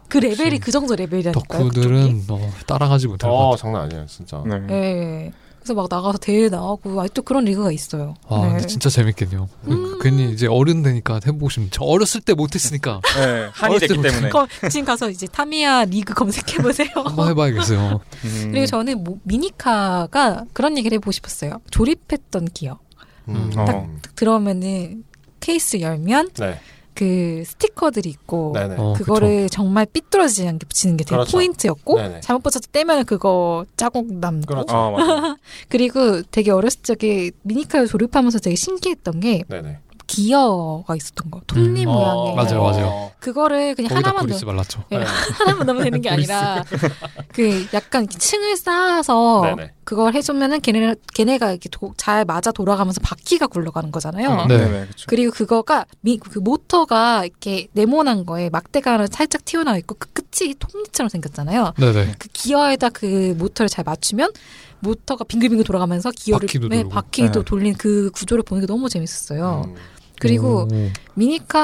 [SPEAKER 3] 그 레벨이
[SPEAKER 4] 역시
[SPEAKER 3] 그 정도 레벨이라니까요.
[SPEAKER 4] 아, 덕후들은 어, 따라가지 못할 것
[SPEAKER 2] 어,
[SPEAKER 4] 같아.
[SPEAKER 2] 장난 아니에요, 진짜.
[SPEAKER 5] 네.
[SPEAKER 3] 그쪽이. 예. 그래서 막 나가서 대회 나가고 아직도 그런 리그가 있어요.
[SPEAKER 4] 와,
[SPEAKER 3] 네.
[SPEAKER 4] 아,
[SPEAKER 3] 음.
[SPEAKER 4] 근데 진짜 재밌겠네요. 그- 괜히 이제 어른 되니까 해보고 싶네. 저 어렸을 때 못했으니까
[SPEAKER 5] 네, 한이
[SPEAKER 4] 어렸을
[SPEAKER 5] 됐기
[SPEAKER 4] 때부터.
[SPEAKER 5] 때문에.
[SPEAKER 3] 거- 지금 가서 이제 타미야 리그 검색해 보세요.
[SPEAKER 4] 한번 해봐야겠어요.
[SPEAKER 5] 음.
[SPEAKER 3] 그리고 저는 뭐 미니카가 그런 얘기를 해보고 싶었어요. 조립했던 기억.
[SPEAKER 2] 음.
[SPEAKER 5] 어.
[SPEAKER 3] 딱 들어오면은 케이스 열면
[SPEAKER 2] 네.
[SPEAKER 3] 그 스티커들이 있고
[SPEAKER 2] 네네.
[SPEAKER 4] 어,
[SPEAKER 3] 그거를 정말 삐뚤어지지 않게 붙이는 게 되게
[SPEAKER 2] 그렇죠.
[SPEAKER 3] 포인트였고
[SPEAKER 2] 네네.
[SPEAKER 3] 잘못 붙였다 떼면 그거 자국 남고
[SPEAKER 2] 그렇죠.
[SPEAKER 5] 어, 맞아요.
[SPEAKER 3] 그리고 되게 어렸을 적에 미니카를 조립하면서 되게 신기했던 게
[SPEAKER 2] 네네.
[SPEAKER 3] 기어가 있었던 거 톱니
[SPEAKER 4] 음,
[SPEAKER 5] 어,
[SPEAKER 3] 모양의
[SPEAKER 4] 맞아요, 맞아요.
[SPEAKER 2] 어.
[SPEAKER 3] 그거를 그냥
[SPEAKER 4] 거기다
[SPEAKER 3] 하나만 넣
[SPEAKER 4] 코리스 발랐죠.
[SPEAKER 3] 예, 하나만 넣으면 되는 게 아니라 그 약간 층을 쌓아서
[SPEAKER 2] 네네.
[SPEAKER 3] 그걸 해주면은 걔네 걔네가 이렇게 도- 잘 맞아 돌아가면서 바퀴가 굴러가는 거잖아요.
[SPEAKER 4] 네.
[SPEAKER 5] 네, 네, 그렇죠.
[SPEAKER 3] 그리고 그거가 미, 그 모터가 이렇게 네모난 거에 막대가 하나 살짝 튀어나와 있고 그 끝이 톱니처럼 생겼잖아요.
[SPEAKER 4] 네네.
[SPEAKER 3] 그 기어에다 그 모터를 잘 맞추면 모터가 빙글빙글 돌아가면서 기어를
[SPEAKER 4] 바퀴도
[SPEAKER 3] 네,
[SPEAKER 4] 돌고.
[SPEAKER 3] 바퀴도
[SPEAKER 5] 네.
[SPEAKER 3] 돌린 그 구조를 보는 게 너무 재밌었어요.
[SPEAKER 2] 음.
[SPEAKER 3] 그리고
[SPEAKER 4] 오.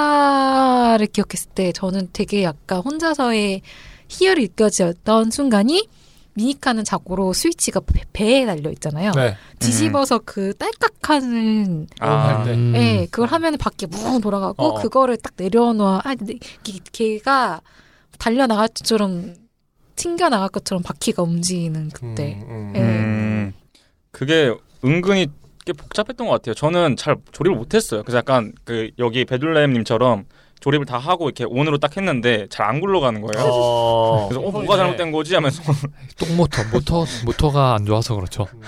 [SPEAKER 3] 미니카를 기억했을 때 저는 되게 약간 혼자서의 희열이 느껴졌던 순간이 미니카는 자고로 스위치가 배- 배에 달려 있잖아요.
[SPEAKER 2] 네.
[SPEAKER 3] 뒤집어서 그 딸깍하는
[SPEAKER 5] 아,
[SPEAKER 2] 네.
[SPEAKER 4] 음.
[SPEAKER 3] 예, 그걸 하면 밖에 뭉 돌아가고
[SPEAKER 2] 어.
[SPEAKER 3] 그거를 딱 내려놓아. 아, 근데 이- 걔가 달려 나갈 것처럼 튕겨 나갈 것처럼 바퀴가 움직이는 그때.
[SPEAKER 2] 음, 음.
[SPEAKER 3] 예.
[SPEAKER 5] 음, 그게 은근히 꽤 복잡했던 것 같아요. 저는 잘 조립을 못했어요. 그래서 약간 그 여기 베둘레헴님처럼 조립을 다 하고 이렇게 온으로 딱 했는데 잘 안 굴러가는 거예요.
[SPEAKER 2] 어.
[SPEAKER 5] 그래서 어, 뭐가 잘못된 거지 하면서
[SPEAKER 4] 똥모터, 모터, 모터가 안 좋아서 그렇죠.
[SPEAKER 2] 음.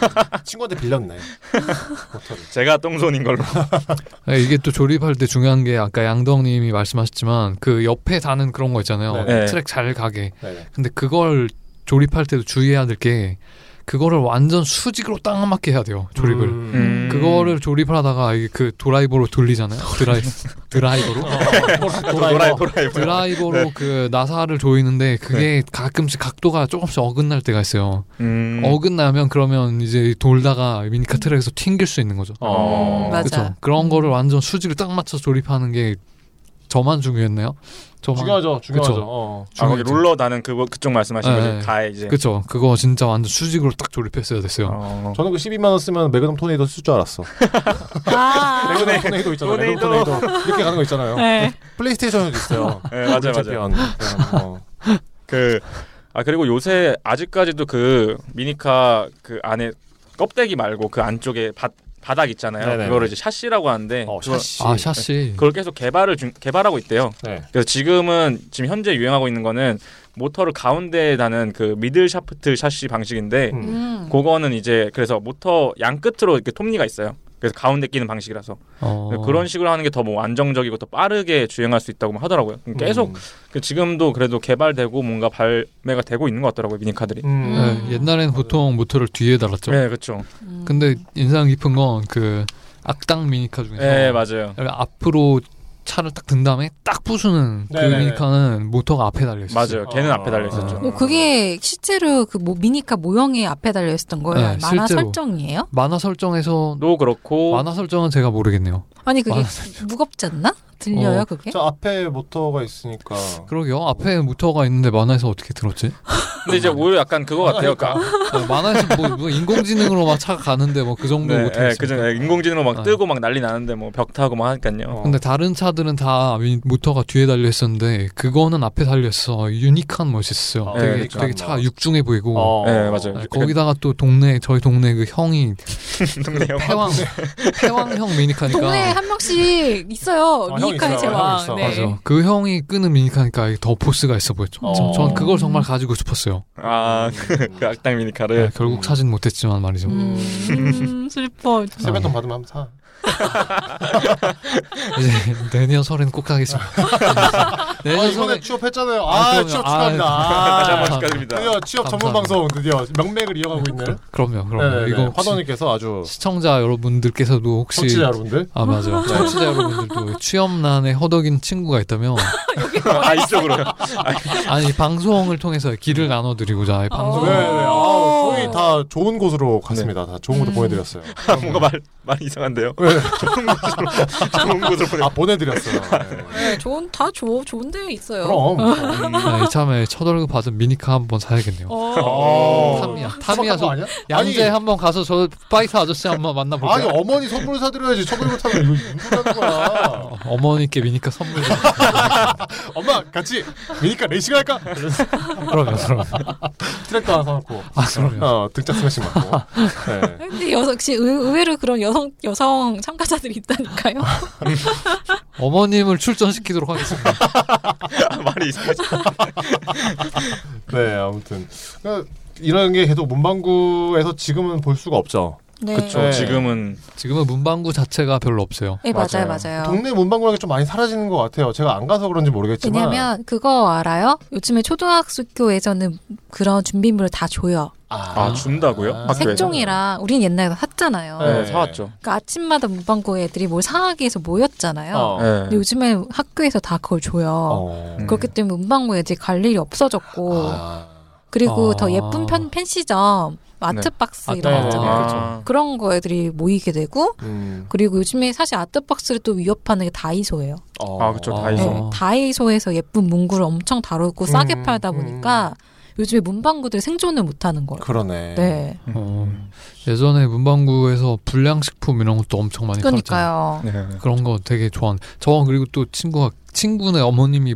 [SPEAKER 2] 친구한테 빌렸네. 모터를.
[SPEAKER 5] 제가 똥손인 걸로.
[SPEAKER 4] 아, 이게 또 조립할 때 중요한 게 아까 양덕님이 말씀하셨지만 그 옆에 다는 그런 거 있잖아요.
[SPEAKER 2] 네.
[SPEAKER 4] 트랙 잘 가게.
[SPEAKER 2] 네네.
[SPEAKER 4] 근데 그걸 조립할 때도 주의해야 될 게 그거를 완전 수직으로 딱 맞게 해야 돼요. 조립을.
[SPEAKER 2] 음.
[SPEAKER 4] 그거를 조립을 하다가 이게 그 드라이버로 돌리잖아요. 드라이 드라이버로
[SPEAKER 5] 도라이 도라이.
[SPEAKER 4] 드라이버로 그 나사를 조이는데 그게 가끔씩 각도가 조금씩 어긋날 때가 있어요.
[SPEAKER 5] 음.
[SPEAKER 4] 어긋나면 그러면 이제 돌다가 미니카 트랙에서 튕길 수 있는 거죠.
[SPEAKER 5] 어.
[SPEAKER 3] 맞아.
[SPEAKER 4] 그렇죠. 그런 거를 완전 수직을 딱 맞춰서 조립하는 게 저만 중요했나요? 저만
[SPEAKER 2] 중요하죠. 중요하죠.
[SPEAKER 4] 그쵸.
[SPEAKER 2] 어.
[SPEAKER 5] 아, 거기 롤러 다는 그거 그쪽 말씀하신
[SPEAKER 4] 네, 네.
[SPEAKER 5] 거지. 가에 이제.
[SPEAKER 4] 그렇죠. 그거 진짜 완전 수직으로 딱 조립했어야 됐어요.
[SPEAKER 5] 어.
[SPEAKER 2] 저는 그 12만 원 쓰면 매그넘 토네이도 쓸 줄 알았어.
[SPEAKER 3] 아.
[SPEAKER 2] 매그넘 토네이도 있잖아요. 매그넘
[SPEAKER 5] 토네이도.
[SPEAKER 2] 토네이도 이렇게 가는 거 있잖아요.
[SPEAKER 3] 네.
[SPEAKER 2] 플레이스테이션에도 있어요. 그
[SPEAKER 5] 네, 맞아요, 맞아요.
[SPEAKER 2] 챔피언. 그냥 뭐.
[SPEAKER 5] 그, 아, 그리고 요새 아직까지도 그 미니카 그 안에 껍데기 말고 그 안쪽에 바, 바닥 있잖아요.
[SPEAKER 2] 네네네.
[SPEAKER 5] 그거를 이제 샤시라고 하는데
[SPEAKER 2] 어,
[SPEAKER 5] 그걸,
[SPEAKER 2] 샤시.
[SPEAKER 4] 아 샤시.
[SPEAKER 5] 그걸 계속 개발을 중, 개발하고 있대요.
[SPEAKER 2] 네.
[SPEAKER 5] 그래서 지금은 지금 현재 유행하고 있는 거는 모터를 가운데에 다는 그 미들 샤프트 샤시 방식인데
[SPEAKER 2] 음.
[SPEAKER 3] 음.
[SPEAKER 5] 그거는 이제 그래서 모터 양 끝으로 이렇게 톱니가 있어요. 그래서 가운데 끼는 방식이라서
[SPEAKER 4] 어.
[SPEAKER 5] 네, 그런 식으로 하는 게 더 뭐 안정적이고 더 빠르게 주행할 수 있다고 하더라고요. 계속
[SPEAKER 2] 음.
[SPEAKER 5] 그 지금도 그래도 개발되고 뭔가 발매가 되고 있는 것 같더라고요 미니카들이.
[SPEAKER 2] 음.
[SPEAKER 3] 음.
[SPEAKER 4] 네, 옛날에는 보통 모터를 뒤에 달았죠.
[SPEAKER 5] 네, 그렇죠.
[SPEAKER 4] 근데 인상 깊은 건 그 악당 미니카 중에서
[SPEAKER 5] 네, 맞아요.
[SPEAKER 4] 약간 앞으로 차를 딱 든 다음에 딱 부수는 그
[SPEAKER 2] 네네네.
[SPEAKER 4] 미니카는 모터가 앞에 달려 있어요.
[SPEAKER 5] 맞아요. 걔는
[SPEAKER 2] 아.
[SPEAKER 5] 앞에 달려 있었죠.
[SPEAKER 3] 뭐 그게 실제로 그 뭐 미니카 모형에 앞에 달려 있었던 거예요.
[SPEAKER 4] 네,
[SPEAKER 3] 만화
[SPEAKER 4] 실제로.
[SPEAKER 3] 설정이에요?
[SPEAKER 4] 만화 설정에서
[SPEAKER 5] 도 그렇고
[SPEAKER 4] 만화 설정은 제가 모르겠네요.
[SPEAKER 3] 아니 그게
[SPEAKER 4] 만화
[SPEAKER 3] 무겁지 않나? 들려요
[SPEAKER 4] 어,
[SPEAKER 3] 그게?
[SPEAKER 2] 저 앞에 모터가 있으니까.
[SPEAKER 4] 그러게요. 앞에 모터가 있는데 만화에서 어떻게 들었지?
[SPEAKER 5] 근데 이제 오히려 약간 그거 같아요. 그
[SPEAKER 4] 네, 만화에서 뭐, 뭐 인공지능으로 막 차가 가는데 뭐 그 정도
[SPEAKER 5] 네,
[SPEAKER 4] 못했
[SPEAKER 5] 예,
[SPEAKER 4] 습니
[SPEAKER 5] 그죠. 예, 인공지능으로 막
[SPEAKER 4] 아.
[SPEAKER 5] 뜨고 막 난리 나는데 뭐 벽 타고 막
[SPEAKER 2] 어.
[SPEAKER 5] 하니까요.
[SPEAKER 4] 근데 다른 차들은 다 미- 모터가 뒤에 달려 있었는데 그거는 앞에 달려 있어 유니크한 멋있어요.
[SPEAKER 2] 아,
[SPEAKER 4] 되게
[SPEAKER 2] 유니크한
[SPEAKER 4] 되게 차가
[SPEAKER 2] 멋.
[SPEAKER 4] 육중해 보이고
[SPEAKER 2] 어.
[SPEAKER 5] 네, 맞아요.
[SPEAKER 4] 네, 거기다가 또 동네 저희 동네 그 형이
[SPEAKER 5] 동네 영화.
[SPEAKER 4] 패왕 패왕형 미니카니까
[SPEAKER 3] 동네에 한 명씩 있어요.
[SPEAKER 2] 아, 형
[SPEAKER 3] 미니카의
[SPEAKER 2] 있어요. 형 있어.
[SPEAKER 3] 제왕. 네.
[SPEAKER 4] 맞아. 그 형이 끄는 미니카니까 더 포스가 있어 보였죠.
[SPEAKER 2] 어.
[SPEAKER 4] 전 그걸 정말 가지고 싶었어요.
[SPEAKER 5] 아, 그, 그 악당
[SPEAKER 4] 네,
[SPEAKER 5] 미니카를.
[SPEAKER 4] 결국 사진 못했지만 말이죠.
[SPEAKER 3] 음, 슬퍼.
[SPEAKER 2] 세뱃돈 받으면 한번 사.
[SPEAKER 4] 이제 내년 설에는 꼭 가겠습니다.
[SPEAKER 2] 아,
[SPEAKER 4] 내년
[SPEAKER 2] 이번에
[SPEAKER 4] 설에
[SPEAKER 2] 취업했잖아요.
[SPEAKER 4] 아,
[SPEAKER 2] 아,
[SPEAKER 4] 그럼요.
[SPEAKER 2] 취업
[SPEAKER 4] 아,
[SPEAKER 2] 축하합니다. 아,
[SPEAKER 5] 다시 한번 축하드립니다.
[SPEAKER 2] 드디어 취업 전문 방송
[SPEAKER 4] 감사합니다.
[SPEAKER 2] 드디어 명맥을 이어가고 있는
[SPEAKER 4] 그럼요, 그럼요.
[SPEAKER 2] 네네네.
[SPEAKER 4] 이거 혹시
[SPEAKER 2] 화더님께서 아주
[SPEAKER 4] 시청자 여러분들께서도 혹시
[SPEAKER 2] 청취자 여러분들
[SPEAKER 4] 아 맞아요. 청취자 여러분들도 취업난에 허덕인 친구가 있다면
[SPEAKER 5] 아 이쪽으로.
[SPEAKER 4] 아니 방송을 통해서 길을 나눠드리고자 이 방송
[SPEAKER 2] 네, 네. 아,
[SPEAKER 3] 오.
[SPEAKER 4] 어.
[SPEAKER 2] 거의 다 좋은 곳으로 갔습니다.
[SPEAKER 5] 네.
[SPEAKER 2] 다 좋은 곳으로
[SPEAKER 3] 음.
[SPEAKER 2] 보내드렸어요.
[SPEAKER 5] 아, 뭔가 말, 말 이상한데요. 좋은 곳으로 좋은 곳으로 보내.
[SPEAKER 2] 아, 보내드렸어요. 네.
[SPEAKER 3] 네, 좋은 다 좋, 좋은 데 있어요.
[SPEAKER 2] 그럼.
[SPEAKER 4] 아, 이참에 첫월급 받은 미니카 한번 사야겠네요.
[SPEAKER 2] 어.
[SPEAKER 4] 탐이야,
[SPEAKER 2] 소박한
[SPEAKER 4] 탐이야.
[SPEAKER 2] 거
[SPEAKER 4] 저
[SPEAKER 2] 아니야?
[SPEAKER 4] 양재
[SPEAKER 2] 아니,
[SPEAKER 4] 한번 가서 저 파이터 아저씨 한번 만나볼게요.
[SPEAKER 2] 아니 어머니 선물 사드려야지 처벌 못하면 이거 누구라는 거야
[SPEAKER 4] 어, 어머니께 미니까 선물 좀
[SPEAKER 2] 엄마 같이 미니카 레이싱 할까? 이러면서
[SPEAKER 4] 그럼요 그럼
[SPEAKER 2] 트랙도 하나 사놓고
[SPEAKER 4] 아 그럼요
[SPEAKER 2] 어, 등짝 스매싱 맞고 네.
[SPEAKER 3] 근데 여, 역시 의, 의외로 그런 여성 여성 참가자들이 있다니까요.
[SPEAKER 4] 어머님을 출전시키도록 하겠습니다
[SPEAKER 5] 아, 말이 이상하지.
[SPEAKER 2] 네 아무튼 그러니까 이런 게 계속 문방구에서 지금은 볼 수가 없죠
[SPEAKER 3] 네.
[SPEAKER 2] 그쵸.
[SPEAKER 5] 저
[SPEAKER 2] 네.
[SPEAKER 5] 지금은
[SPEAKER 4] 지금은 문방구 자체가 별로 없어요
[SPEAKER 3] 네, 맞아요, 맞아요.
[SPEAKER 2] 동네 문방구라는 게좀 많이 사라지는 것 같아요 제가 안 가서 그런지 모르겠지만
[SPEAKER 3] 왜냐면 그거 알아요? 요즘에 초등학교에서는 그런 준비물을 다 줘요.
[SPEAKER 5] 아 준다고요?
[SPEAKER 2] 아.
[SPEAKER 5] 학교에서?
[SPEAKER 3] 색종이랑 우린 옛날에 샀잖아요.
[SPEAKER 2] 네.
[SPEAKER 5] 네, 사왔죠.
[SPEAKER 3] 그러니까 아침마다 문방구 애들이 뭘 사기 위해서 모였잖아요.
[SPEAKER 2] 어.
[SPEAKER 5] 네.
[SPEAKER 3] 근데 요즘에 학교에서 다 그걸 줘요.
[SPEAKER 2] 어.
[SPEAKER 5] 음.
[SPEAKER 3] 그렇기 때문에 문방구 애들이 갈 일이 없어졌고
[SPEAKER 2] 아.
[SPEAKER 3] 그리고
[SPEAKER 4] 아.
[SPEAKER 3] 더 예쁜 편, 펜시점, 마트박스
[SPEAKER 4] 아,
[SPEAKER 3] 이런
[SPEAKER 2] 네,
[SPEAKER 3] 거 있잖아요.
[SPEAKER 2] 네, 네.
[SPEAKER 5] 아.
[SPEAKER 3] 그런 거 애들이 모이게 되고
[SPEAKER 2] 음.
[SPEAKER 3] 그리고 요즘에 사실 아트박스를 또 위협하는 게 다이소예요.
[SPEAKER 2] 어.
[SPEAKER 5] 아
[SPEAKER 4] 아.
[SPEAKER 5] 그쵸
[SPEAKER 3] 네,
[SPEAKER 5] 다이소.
[SPEAKER 4] 어.
[SPEAKER 3] 다이소에서 예쁜 문구를 엄청
[SPEAKER 2] 음,
[SPEAKER 3] 다루고 싸게 팔다
[SPEAKER 2] 음.
[SPEAKER 3] 보니까 요즘에 문방구들이 생존을 못하는 거예요.
[SPEAKER 2] 그러네
[SPEAKER 3] 네,
[SPEAKER 2] 음.
[SPEAKER 4] 어, 예전에 문방구에서 불량식품 이런 것도 엄청 많이
[SPEAKER 3] 그러니까요.
[SPEAKER 4] 팔았잖아요
[SPEAKER 5] 네.
[SPEAKER 4] 그런 거 되게 좋아한 저 그리고 또 친구가 친구네 어머님이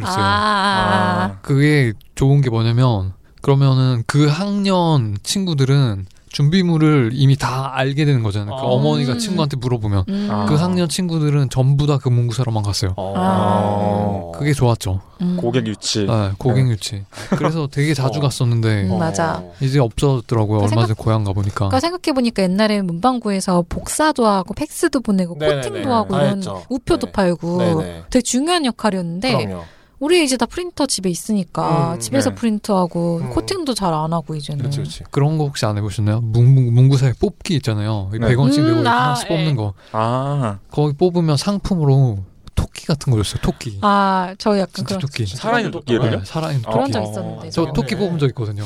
[SPEAKER 3] 아,
[SPEAKER 2] 그렇죠.
[SPEAKER 4] 했어요
[SPEAKER 3] 아,
[SPEAKER 4] 그게 좋은 게 뭐냐면 그러면은 그 학년 친구들은 준비물을 이미 다 알게 되는 거잖아요. 그
[SPEAKER 2] 아.
[SPEAKER 4] 어머니가
[SPEAKER 3] 음.
[SPEAKER 4] 친구한테 물어보면
[SPEAKER 3] 음,
[SPEAKER 5] 아.
[SPEAKER 4] 그 학년 친구들은 전부 다 그 문구사로만 갔어요.
[SPEAKER 2] 어.
[SPEAKER 3] 아.
[SPEAKER 4] 그게 좋았죠.
[SPEAKER 3] 음.
[SPEAKER 5] 고객 유치.
[SPEAKER 4] 네, 고객 유치. 그래서 되게 자주
[SPEAKER 2] 어.
[SPEAKER 4] 갔었는데
[SPEAKER 3] 음, 맞아.
[SPEAKER 4] 이제 없어졌더라고요.
[SPEAKER 3] 그러니까
[SPEAKER 4] 얼마 전에 고향 가 보니까.
[SPEAKER 3] 그러니까 생각해 보니까 옛날에 문방구에서 복사도 하고 팩스도 보내고
[SPEAKER 2] 네네네.
[SPEAKER 3] 코팅도 하고
[SPEAKER 2] 다
[SPEAKER 3] 이런
[SPEAKER 2] 했죠.
[SPEAKER 3] 우표도
[SPEAKER 2] 네.
[SPEAKER 3] 팔고
[SPEAKER 2] 네네.
[SPEAKER 3] 되게 중요한 역할이었는데
[SPEAKER 2] 그럼요.
[SPEAKER 3] 우리 이제 다 프린터 집에 있으니까
[SPEAKER 2] 음,
[SPEAKER 3] 집에서
[SPEAKER 5] 네.
[SPEAKER 3] 프린트하고
[SPEAKER 2] 음. 그렇죠,
[SPEAKER 3] 코팅도 잘 안 하고 이제는
[SPEAKER 2] 그렇지, 그렇지.
[SPEAKER 4] 그런 거 혹시 안 해보셨나요? 문, 문구사에 뽑기 있잖아요.
[SPEAKER 5] 네.
[SPEAKER 4] 100원씩 내고
[SPEAKER 3] 음,
[SPEAKER 4] 이렇게
[SPEAKER 3] 아,
[SPEAKER 4] 하나씩 뽑는
[SPEAKER 3] 예.
[SPEAKER 4] 거.
[SPEAKER 5] 아
[SPEAKER 4] 거기 뽑으면 상품으로 토끼 같은 거 줬어요. 토끼.
[SPEAKER 3] 아, 저 약간
[SPEAKER 4] 진짜
[SPEAKER 3] 그런
[SPEAKER 4] 토끼.
[SPEAKER 5] 살아있는 도끼를요?
[SPEAKER 4] 네, 살아있는 토끼.
[SPEAKER 3] 그런 적
[SPEAKER 5] 어.
[SPEAKER 3] 있었는데
[SPEAKER 4] 저
[SPEAKER 2] 네.
[SPEAKER 4] 토끼 뽑은 적 있거든요.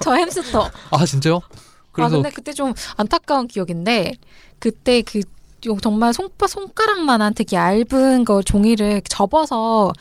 [SPEAKER 3] 저 햄스터.
[SPEAKER 4] 아 진짜요?
[SPEAKER 3] 아
[SPEAKER 4] 그래서
[SPEAKER 3] 근데 그때 좀 안타까운 기억인데 그때 그 요- 정말 손, 손가락만한 되게 얇은 거 종이를 접어서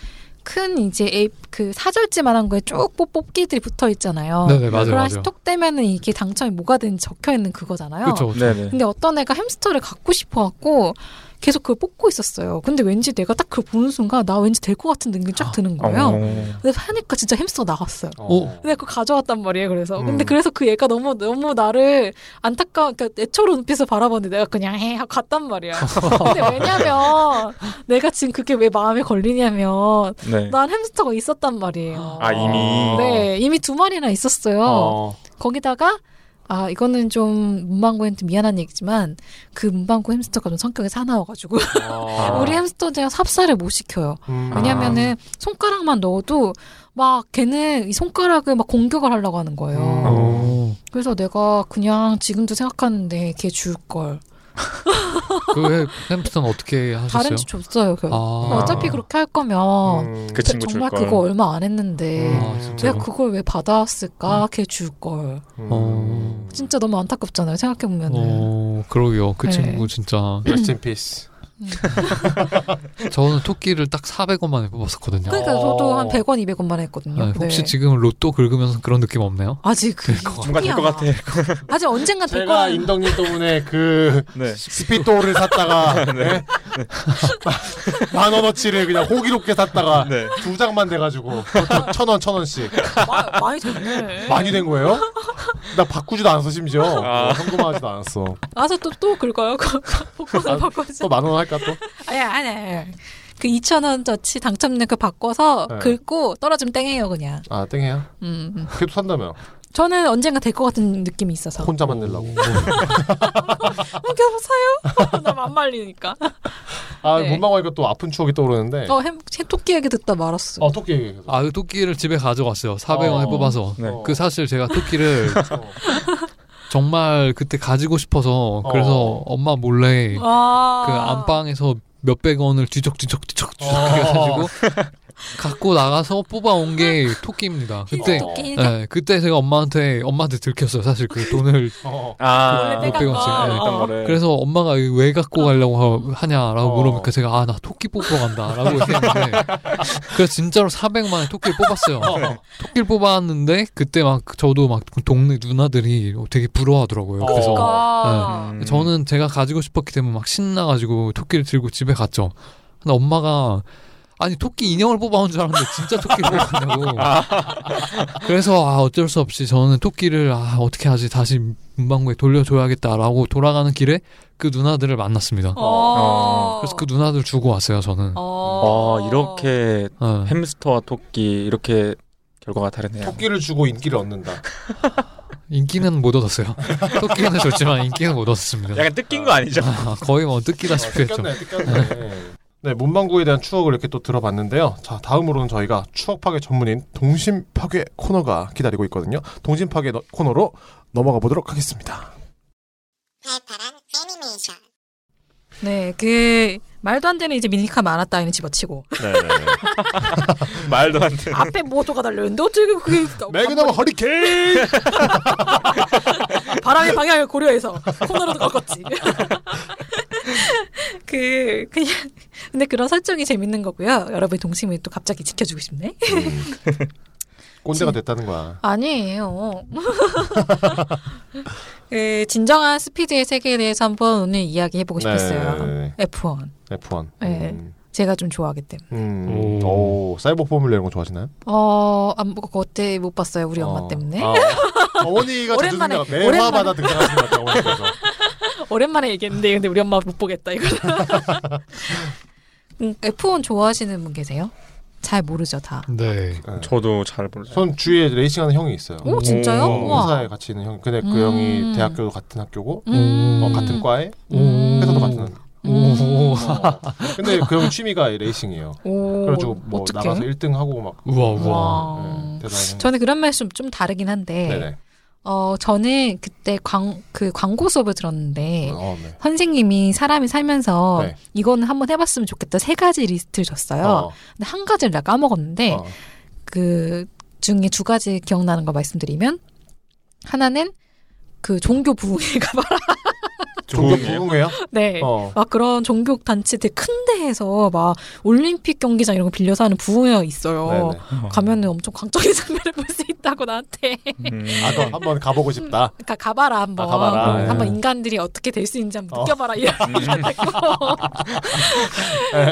[SPEAKER 3] 큰 이제 앱, 그 사절지만한 거에 쭉 뽑- 뽑기들이 붙어 있잖아요.
[SPEAKER 4] 네네 맞아요
[SPEAKER 3] 그런
[SPEAKER 4] 맞아요.
[SPEAKER 3] 스톡되면은 이게 당첨이 뭐가 되는지 적혀 있는 그거잖아요.
[SPEAKER 4] 그렇죠
[SPEAKER 5] 네네.
[SPEAKER 3] 근데 어떤 애가 햄스터를 갖고 싶어 갖고 계속 그걸 뽑고 있었어요. 근데 왠지 내가 딱 그걸 보는 순간 나 왠지 될 것 같은 능력이 쫙 드는
[SPEAKER 4] 아,
[SPEAKER 3] 거예요.
[SPEAKER 5] 어.
[SPEAKER 3] 근데 하니까 진짜 햄스터 나왔어요.
[SPEAKER 4] 어.
[SPEAKER 3] 근데 네, 그거 가져왔단 말이에요. 그래서 근데
[SPEAKER 2] 음.
[SPEAKER 3] 그래서 그 얘가 너무 너무 나를 안타까 그러니까 애처로운 눈빛을 바라봤는데 내가 그냥 해 하고 갔단 말이야. 근데 왜냐면 내가 지금 그게 왜 마음에 걸리냐면
[SPEAKER 5] 네.
[SPEAKER 3] 난 햄스터가 있었단 말이에요.
[SPEAKER 5] 아 이미.
[SPEAKER 3] 네 이미 두 마리나 있었어요.
[SPEAKER 2] 어.
[SPEAKER 3] 거기다가 아 이거는 좀 문방구한테 미안한 얘기지만 그 문방구 햄스터가 좀 성격이 사나워가지고
[SPEAKER 5] 아.
[SPEAKER 3] 어. 우리 햄스터들이랑 삽살을 못 시켜요.
[SPEAKER 2] 음.
[SPEAKER 3] 왜냐면은 손가락만 넣어도 막 걔는 이 손가락을 막 공격을 하려고 하는 거예요.
[SPEAKER 2] 음.
[SPEAKER 4] 어.
[SPEAKER 3] 그래서 내가 그냥 지금도 생각하는데 걔 줄 걸.
[SPEAKER 4] 그왜 햄스터는 어떻게 하셨어요?
[SPEAKER 3] 다른 집 줬어요. 걔.
[SPEAKER 4] 아.
[SPEAKER 3] 어차피 그렇게 할 거면
[SPEAKER 2] 음.
[SPEAKER 5] 그 친구 줄
[SPEAKER 3] 정말
[SPEAKER 5] 걸.
[SPEAKER 3] 그거 얼마 안 했는데
[SPEAKER 2] 음.
[SPEAKER 4] 아,
[SPEAKER 3] 내가
[SPEAKER 4] 진짜요?
[SPEAKER 3] 네. 그걸 왜 받아왔을까? 걔 줄 걸.
[SPEAKER 2] 음.
[SPEAKER 3] 진짜 너무 안타깝잖아요. 생각해 보면은.
[SPEAKER 4] 어 그러게요 그
[SPEAKER 3] 네.
[SPEAKER 4] 친구 진짜
[SPEAKER 2] Rest in peace.
[SPEAKER 4] 저는 토끼를 딱 400원만에 뽑았었거든요.
[SPEAKER 3] 그러니까 저도 한 100원, 200원만 했거든요.
[SPEAKER 4] 네, 혹시
[SPEAKER 3] 네.
[SPEAKER 4] 지금 로또 긁으면서 그런 느낌 없나요?
[SPEAKER 3] 아직 그
[SPEAKER 5] 뭔가 될 것 같아.
[SPEAKER 3] 아직 언젠가 될
[SPEAKER 2] 제가
[SPEAKER 3] 거야.
[SPEAKER 2] 임덕님 때문에 그
[SPEAKER 5] 네.
[SPEAKER 2] 스피또를 샀다가
[SPEAKER 5] 네.
[SPEAKER 2] 만 원어치를 그냥 호기롭게 샀다가
[SPEAKER 5] 네.
[SPEAKER 2] 두 장만 돼가지고 그것도 천 원, 천 원씩
[SPEAKER 3] 마- 많이 됐네.
[SPEAKER 2] 많이 된 거예요? 나 바꾸지도 않았어 심지어
[SPEAKER 5] 아.
[SPEAKER 2] 어, 현금화하지도 않았어.
[SPEAKER 3] 와서 또 또 긁어요. 복권을 바꿔서.
[SPEAKER 2] 또 만 원 할까 또?
[SPEAKER 3] 아니야 아니야. 그 2천 원저치 당첨된 그 바꿔서
[SPEAKER 2] 네.
[SPEAKER 3] 긁고 떨어지면 땡해요 그냥.
[SPEAKER 2] 아 땡해요.
[SPEAKER 3] 음. 음.
[SPEAKER 2] 그래도 산다며.
[SPEAKER 3] 저는 언젠가 될 것 같은 느낌이 있어서.
[SPEAKER 2] 혼자 만들려고.
[SPEAKER 3] 어, 여보세요? 나 안 말리니까.
[SPEAKER 2] 아,
[SPEAKER 3] 네.
[SPEAKER 2] 문방구 하니까 또 아픈 추억이 떠오르는데.
[SPEAKER 3] 어, 햄, 햄- 토끼 얘기 듣다 말았어.
[SPEAKER 2] 아, 토끼 얘기 계속.
[SPEAKER 4] 아, 그 토끼를 집에 가져갔어요. 400원에
[SPEAKER 2] 어.
[SPEAKER 4] 뽑아서.
[SPEAKER 5] 네.
[SPEAKER 4] 그 사실 제가 토끼를 정말 그때 가지고 싶어서 그래서
[SPEAKER 2] 어.
[SPEAKER 4] 엄마 몰래
[SPEAKER 3] 와.
[SPEAKER 4] 그 안방에서 몇백 원을 뒤적뒤적 뒤적 뒤적
[SPEAKER 2] 아.
[SPEAKER 4] 해가지고 갖고 나가서 뽑아온 게 토끼입니다. 그때
[SPEAKER 2] 어.
[SPEAKER 3] 토끼 흰색.
[SPEAKER 4] 예, 그때 제가 엄마한테 엄마한테 들켰어요. 사실 그 돈을
[SPEAKER 2] 어.
[SPEAKER 5] 아,
[SPEAKER 3] 원래
[SPEAKER 4] 빼간 거.
[SPEAKER 5] 네,
[SPEAKER 3] 어.
[SPEAKER 5] 어. 거를.
[SPEAKER 4] 그래서 엄마가 이거 왜 갖고 가려고 하- 하냐라고
[SPEAKER 2] 어.
[SPEAKER 4] 물어보니까 제가 아 나 토끼 뽑으러 간다라고 얘기했는데 그래서 진짜로 400만 원 토끼를 뽑았어요. 토끼를 뽑았는데 그때 막 저도 막그 동네 누나들이 되게 부러워하더라고요. 그래서
[SPEAKER 2] 어.
[SPEAKER 3] 아.
[SPEAKER 5] 음.
[SPEAKER 4] 저는 제가 가지고 싶었기 때문에 막 신나가지고 토끼를 들고 집에 갔죠. 근데 엄마가 아니 토끼 인형을 뽑아온 줄 알았는데 진짜 토끼를 뽑았냐고.
[SPEAKER 2] 아.
[SPEAKER 4] 그래서 아 어쩔 수 없이 저는 토끼를 아 어떻게 하지 다시 문방구에 돌려줘야겠다라고 돌아가는 길에 그 누나들을 만났습니다.
[SPEAKER 3] 어.
[SPEAKER 4] 그래서 그 누나들 주고 왔어요 저는.
[SPEAKER 3] 어.
[SPEAKER 5] 아, 이렇게
[SPEAKER 4] 어.
[SPEAKER 5] 햄스터와 토끼 이렇게 결과가 다르네요.
[SPEAKER 2] 토끼를 주고 인기를 얻는다.
[SPEAKER 3] 아,
[SPEAKER 4] 인기는 못 얻었어요. 토끼는 줬지만 인기는 못 얻었습니다.
[SPEAKER 5] 약간 뜯긴 거 아니죠?
[SPEAKER 4] 아, 거의 뭐
[SPEAKER 2] 어,
[SPEAKER 4] 뜯기다시피 했죠.
[SPEAKER 2] 뜯겼네, 뜯겼네. 그렇죠. 네, 문방구에 대한 추억을 이렇게 또 들어봤는데요. 자, 다음으로는 저희가 추억 파괴 전문인 동심 파괴 코너가 기다리고 있거든요. 동심 파괴 너- 코너로 넘어가 보도록 하겠습니다.
[SPEAKER 3] 네, 그 말도 안 되는 이제 미니카 많았다 이는 집어치고
[SPEAKER 5] 말도 안 돼.
[SPEAKER 3] 앞에 모조가 달려 있는데 어떻게 그게
[SPEAKER 2] 매그넘 허리케인!
[SPEAKER 3] 바람의 방향을 고려해서 코너로도 꺾었지. 그 그냥 근데 그런 설정이 재밌는 거고요. 여러분의 동심을 또 갑자기 지켜주고 싶네.
[SPEAKER 2] 꼰대가 됐다는 거야.
[SPEAKER 3] 아니에요. 그 진정한 스피드의 세계에 대해서 한번 오늘 이야기해보고 싶었어요.
[SPEAKER 2] 네,
[SPEAKER 3] F1
[SPEAKER 2] F1.
[SPEAKER 3] 네.
[SPEAKER 2] 음.
[SPEAKER 3] 제가 좀 좋아하기 때문에.
[SPEAKER 2] 음. 오.
[SPEAKER 4] 오.
[SPEAKER 2] 사이버 포뮬러 이런 거 좋아하시나요?
[SPEAKER 3] 어, 안 보고 그때 못 봤어요. 우리 엄마
[SPEAKER 2] 어.
[SPEAKER 3] 때문에.
[SPEAKER 2] 아, 어머니가 자주
[SPEAKER 3] 오랜만에-
[SPEAKER 2] 등장, 매화마다 등장하시는 것 같아요. 어머니께서.
[SPEAKER 3] 오랜만에 얘기했는데 근데 우리 엄마 못 보겠다 이거. 음, F1 좋아하시는 분 계세요? 잘 모르죠 다.
[SPEAKER 4] 네.
[SPEAKER 2] 네.
[SPEAKER 5] 저도 잘 모르죠.
[SPEAKER 2] 전 주위에 레이싱하는 형이 있어요.
[SPEAKER 3] 오 진짜요?
[SPEAKER 5] 오,
[SPEAKER 3] 우와.
[SPEAKER 2] 그 회사에 같이 있는 형. 근데 그
[SPEAKER 3] 음.
[SPEAKER 2] 형이 대학교 같은 학교고
[SPEAKER 3] 음.
[SPEAKER 2] 어, 같은 과에
[SPEAKER 3] 음.
[SPEAKER 2] 회사도 같은. 학교. 어.
[SPEAKER 4] 오.
[SPEAKER 2] 근데 그 형 취미가 레이싱이에요.
[SPEAKER 3] 오.
[SPEAKER 2] 그래가지고 뭐
[SPEAKER 3] 어떡해?
[SPEAKER 2] 나가서 1등 하고 막
[SPEAKER 4] 우와 우와.
[SPEAKER 3] 와.
[SPEAKER 2] 네, 대단한.
[SPEAKER 3] 저는 그런 말씀 좀 다르긴 한데,
[SPEAKER 2] 네네.
[SPEAKER 3] 어 저는 그때 광 그 광고 수업을 들었는데
[SPEAKER 2] 어, 네.
[SPEAKER 3] 선생님이 사람이 살면서
[SPEAKER 2] 네.
[SPEAKER 3] 이거는 한번 해봤으면 좋겠다 세 가지 리스트를 줬어요. 예. 근데 한 가지를 내가 까먹었는데
[SPEAKER 2] 어.
[SPEAKER 3] 그 중에 두 가지 기억나는 거 말씀드리면 하나는 그 종교 부흥회 가봐라.
[SPEAKER 2] 종교
[SPEAKER 5] 좋은
[SPEAKER 2] 부흥회요?
[SPEAKER 3] 네.
[SPEAKER 2] 어.
[SPEAKER 3] 막 그런 종교 단체 되게 큰 데에서 막 올림픽 경기장 이런 거 빌려서 하는 부흥회가 있어요.
[SPEAKER 2] 네네.
[SPEAKER 3] 가면은 엄청 광적인 장면을 볼 수 있다고 나한테.
[SPEAKER 5] 음.
[SPEAKER 2] 아, 너 한번 가보고 싶다.
[SPEAKER 3] 그러니까 가봐라 한번.
[SPEAKER 2] 아, 가봐라.
[SPEAKER 3] 그럼
[SPEAKER 2] 네.
[SPEAKER 3] 한번 인간들이 어떻게 될 수 있는지 한번
[SPEAKER 2] 어.
[SPEAKER 3] 느껴봐라 이런 얘기하고.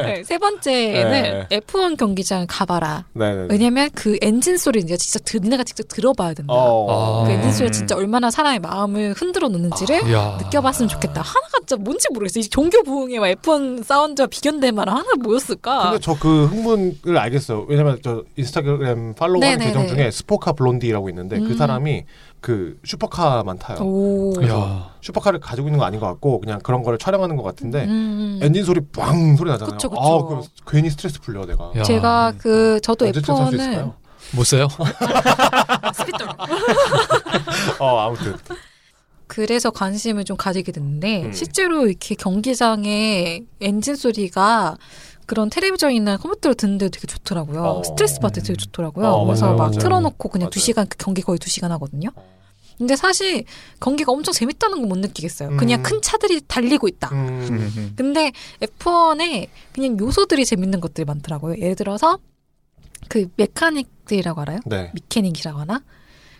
[SPEAKER 3] 네. 세 번째는 F1 경기장 가봐라.
[SPEAKER 2] 네네.
[SPEAKER 3] 왜냐면 그 엔진 소리는 내가 직접 듣, 내가 직접 들어봐야 된다.
[SPEAKER 2] 어.
[SPEAKER 4] 아.
[SPEAKER 3] 그
[SPEAKER 4] 네.
[SPEAKER 3] 엔진 소리 진짜 얼마나 사람의 마음을 흔들어
[SPEAKER 2] 아.
[SPEAKER 3] 놓는지를
[SPEAKER 4] 야.
[SPEAKER 3] 예? 느껴봤으면 좋겠다. 하나가 진짜 뭔지 모르겠어. 이 종교 부흥회와 F1 사운드와 비견될 만한 하나 뭐였을까?
[SPEAKER 2] 근데 저 그 흥분을 알겠어요. 왜냐면 저 인스타그램 팔로우하는
[SPEAKER 3] 네네네.
[SPEAKER 2] 계정 중에 스포카 블론디라고 있는데
[SPEAKER 3] 음.
[SPEAKER 2] 그 사람이 그 슈퍼카만 타요.
[SPEAKER 3] 오.
[SPEAKER 4] 야.
[SPEAKER 2] 슈퍼카를 가지고 있는 거 아닌 것 같고 그냥 그런 거를 촬영하는 것 같은데
[SPEAKER 3] 음.
[SPEAKER 2] 엔진 소리 빵 소리 나잖아요.
[SPEAKER 3] 그쵸, 그쵸.
[SPEAKER 2] 아, 그럼 괜히 스트레스 풀려 내가.
[SPEAKER 4] 야.
[SPEAKER 3] 제가 아, 그 저도
[SPEAKER 2] 언제쯤 살수
[SPEAKER 3] F1을
[SPEAKER 2] 있을까요?
[SPEAKER 4] 못 써요?
[SPEAKER 3] 스피터로
[SPEAKER 2] 어 아무튼
[SPEAKER 3] 그래서 관심을 좀 가지게 됐는데
[SPEAKER 2] 음.
[SPEAKER 3] 실제로 이렇게 경기장에 엔진 소리가 그런 텔레비전이나 컴퓨터로 듣는데 되게 좋더라고요.
[SPEAKER 2] 어.
[SPEAKER 3] 스트레스 받을 때 되게 좋더라고요.
[SPEAKER 2] 어,
[SPEAKER 3] 그래서
[SPEAKER 4] 맞아요,
[SPEAKER 3] 막
[SPEAKER 4] 맞아요.
[SPEAKER 3] 틀어놓고 그냥
[SPEAKER 2] 맞아요. 어.
[SPEAKER 3] 두 시간 그 경기 거의 두 시간 하거든요. 근데 사실 경기가 엄청 재밌다는 건 못 느끼겠어요.
[SPEAKER 2] 음.
[SPEAKER 3] 그냥 큰 차들이 달리고 있다.
[SPEAKER 2] 음.
[SPEAKER 5] 음.
[SPEAKER 3] 근데 F1에 그냥 요소들이 재밌는 것들이 많더라고요. 예를 들어서 그 메카닉들이라고 알아요?
[SPEAKER 2] 네.
[SPEAKER 3] 미케닉이라고 하나?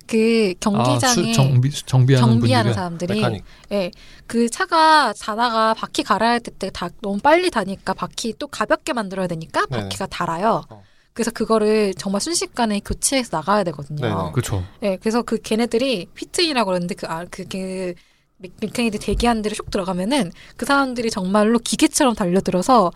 [SPEAKER 3] 그
[SPEAKER 4] 아,
[SPEAKER 3] 경기장에
[SPEAKER 4] 수, 정비, 정비하는
[SPEAKER 3] 정비하는
[SPEAKER 4] 분들.
[SPEAKER 3] 사람들이
[SPEAKER 2] 메카닉.
[SPEAKER 3] 예, 그 차가 자다가 바퀴 갈아야 될 때 다 너무 빨리 다니까 바퀴 또 가볍게 만들어야 되니까
[SPEAKER 2] 네네.
[SPEAKER 3] 바퀴가 달아요.
[SPEAKER 2] 어.
[SPEAKER 3] 그래서 그거를 정말 순식간에 교체해서 나가야 되거든요.
[SPEAKER 2] 네네.
[SPEAKER 4] 그렇죠.
[SPEAKER 3] 예, 그래서 그 걔네들이 피트인이라고 그러는데 그, 아, 그, 그, 메카닉들 대기한대로 쭉 들어가면은 그 사람들이 정말로 기계처럼 달려들어서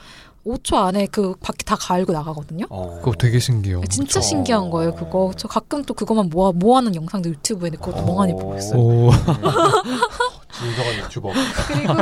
[SPEAKER 3] 5초 안에 그 바퀴 다 갈고 나가거든요.
[SPEAKER 2] 어.
[SPEAKER 4] 그거 되게 신기해요.
[SPEAKER 3] 아, 진짜
[SPEAKER 2] 그쵸.
[SPEAKER 3] 신기한 거예요, 그거. 저 가끔 또 그것만 모아, 모아놓은 영상도 유튜브에 있는데 그것도 멍하니
[SPEAKER 2] 어.
[SPEAKER 3] 보고 있어요.
[SPEAKER 4] 오.
[SPEAKER 2] 진정한 유튜버.
[SPEAKER 3] 그리고,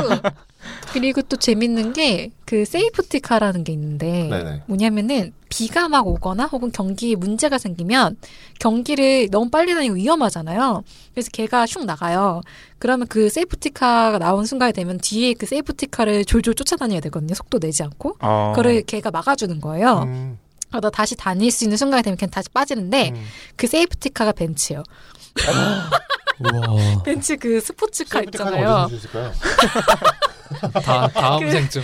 [SPEAKER 3] 그리고 또 재밌는 게 그 세이프티카라는 게 있는데
[SPEAKER 2] 네네.
[SPEAKER 3] 뭐냐면은 비가 막 오거나 혹은 경기에 문제가 생기면 경기를 너무 빨리 다니고 위험하잖아요. 그래서 걔가 슉 나가요. 그러면 그 세이프티카가 나온 순간이 되면 뒤에 그 세이프티카를 졸졸 쫓아다녀야 되거든요. 속도 내지 않고.
[SPEAKER 5] 아.
[SPEAKER 3] 그걸 걔가 막아주는 거예요.
[SPEAKER 2] 어.
[SPEAKER 3] 아,
[SPEAKER 2] 음,
[SPEAKER 3] 그러다 다시 다닐 수 있는 순간이 되면 걔는 다시 빠지는데
[SPEAKER 2] 음.
[SPEAKER 3] 그 세이프티카가 벤츠예요.
[SPEAKER 4] 우와.
[SPEAKER 3] 벤츠 그 스포츠카
[SPEAKER 2] 세이프티카는
[SPEAKER 3] 있잖아요.
[SPEAKER 2] 어디서 있을까요?
[SPEAKER 4] 다, 다음
[SPEAKER 3] 그-
[SPEAKER 4] 생쯤.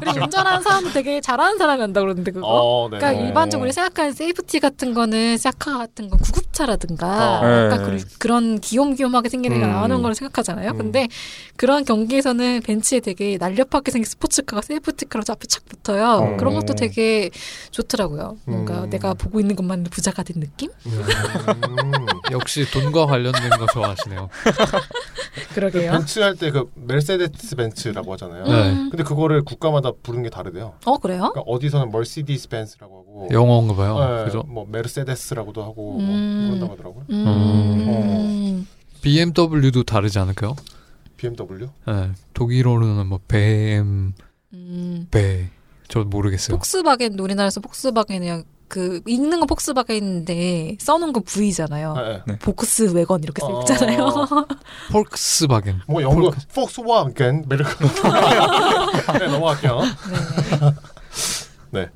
[SPEAKER 3] 그리고 운전하는 사람도 되게 잘하는 사람이 한다 그러는데 그거.
[SPEAKER 2] 아, 어, 네.
[SPEAKER 3] 그러니까
[SPEAKER 5] 어.
[SPEAKER 3] 일반적으로 생각하는 세이프티 같은 거는 샤카 같은 건 구급차라든가
[SPEAKER 2] 어.
[SPEAKER 3] 약간
[SPEAKER 5] 네.
[SPEAKER 3] 그, 런 귀염귀염하게 생긴 애가
[SPEAKER 2] 음.
[SPEAKER 3] 나오는 걸 생각하잖아요.
[SPEAKER 2] 음.
[SPEAKER 3] 근데 그런 경기에서는 벤치에 되게 날렵하게 생긴 스포츠카가 세이프티카로 앞에 착 붙어요.
[SPEAKER 2] 어.
[SPEAKER 3] 그런 것도 되게 좋더라고요. 뭔가
[SPEAKER 2] 음.
[SPEAKER 3] 내가 보고 있는 것만 부자가 된 느낌?
[SPEAKER 2] 음.
[SPEAKER 4] 역시 돈과 관련된 거 좋아하시네요.
[SPEAKER 3] 그러게요.
[SPEAKER 2] 벤츠 할 때 그 메르세데스 벤츠라고 하잖아요.
[SPEAKER 4] 네.
[SPEAKER 3] 음.
[SPEAKER 2] 근데 그거를 국가마다 부르는 게 다르대요.
[SPEAKER 3] 어 그래요?
[SPEAKER 2] 그러니까 어디서는 멀시디스 벤츠라고 하고
[SPEAKER 4] 영어인가 봐요.
[SPEAKER 2] 네,
[SPEAKER 4] 그죠?
[SPEAKER 2] 뭐 메르세데스라고도 하고
[SPEAKER 3] 음.
[SPEAKER 2] 뭐 그런다고 하더라고요.
[SPEAKER 3] 음.
[SPEAKER 2] 음.
[SPEAKER 4] BMW도 다르지 않을까요?
[SPEAKER 2] BMW?
[SPEAKER 3] 어.
[SPEAKER 4] 네. 독일어로는 뭐 뱀,
[SPEAKER 3] 음.
[SPEAKER 4] 배. 저 모르겠어요.
[SPEAKER 3] 폭스바겐 우리나라에서 폭스바겐이 그 읽는 건 폭스바겐인데 써놓은 건 V잖아요.
[SPEAKER 2] 아,
[SPEAKER 4] 네.
[SPEAKER 2] 예.
[SPEAKER 3] 복스 웨건 이렇게 쓰고 있잖아요.
[SPEAKER 2] 어.
[SPEAKER 4] 폴크스바겐.
[SPEAKER 2] 뭐 영어 폭스와겐 메르크. 네, 넘어갈게요.
[SPEAKER 3] 네.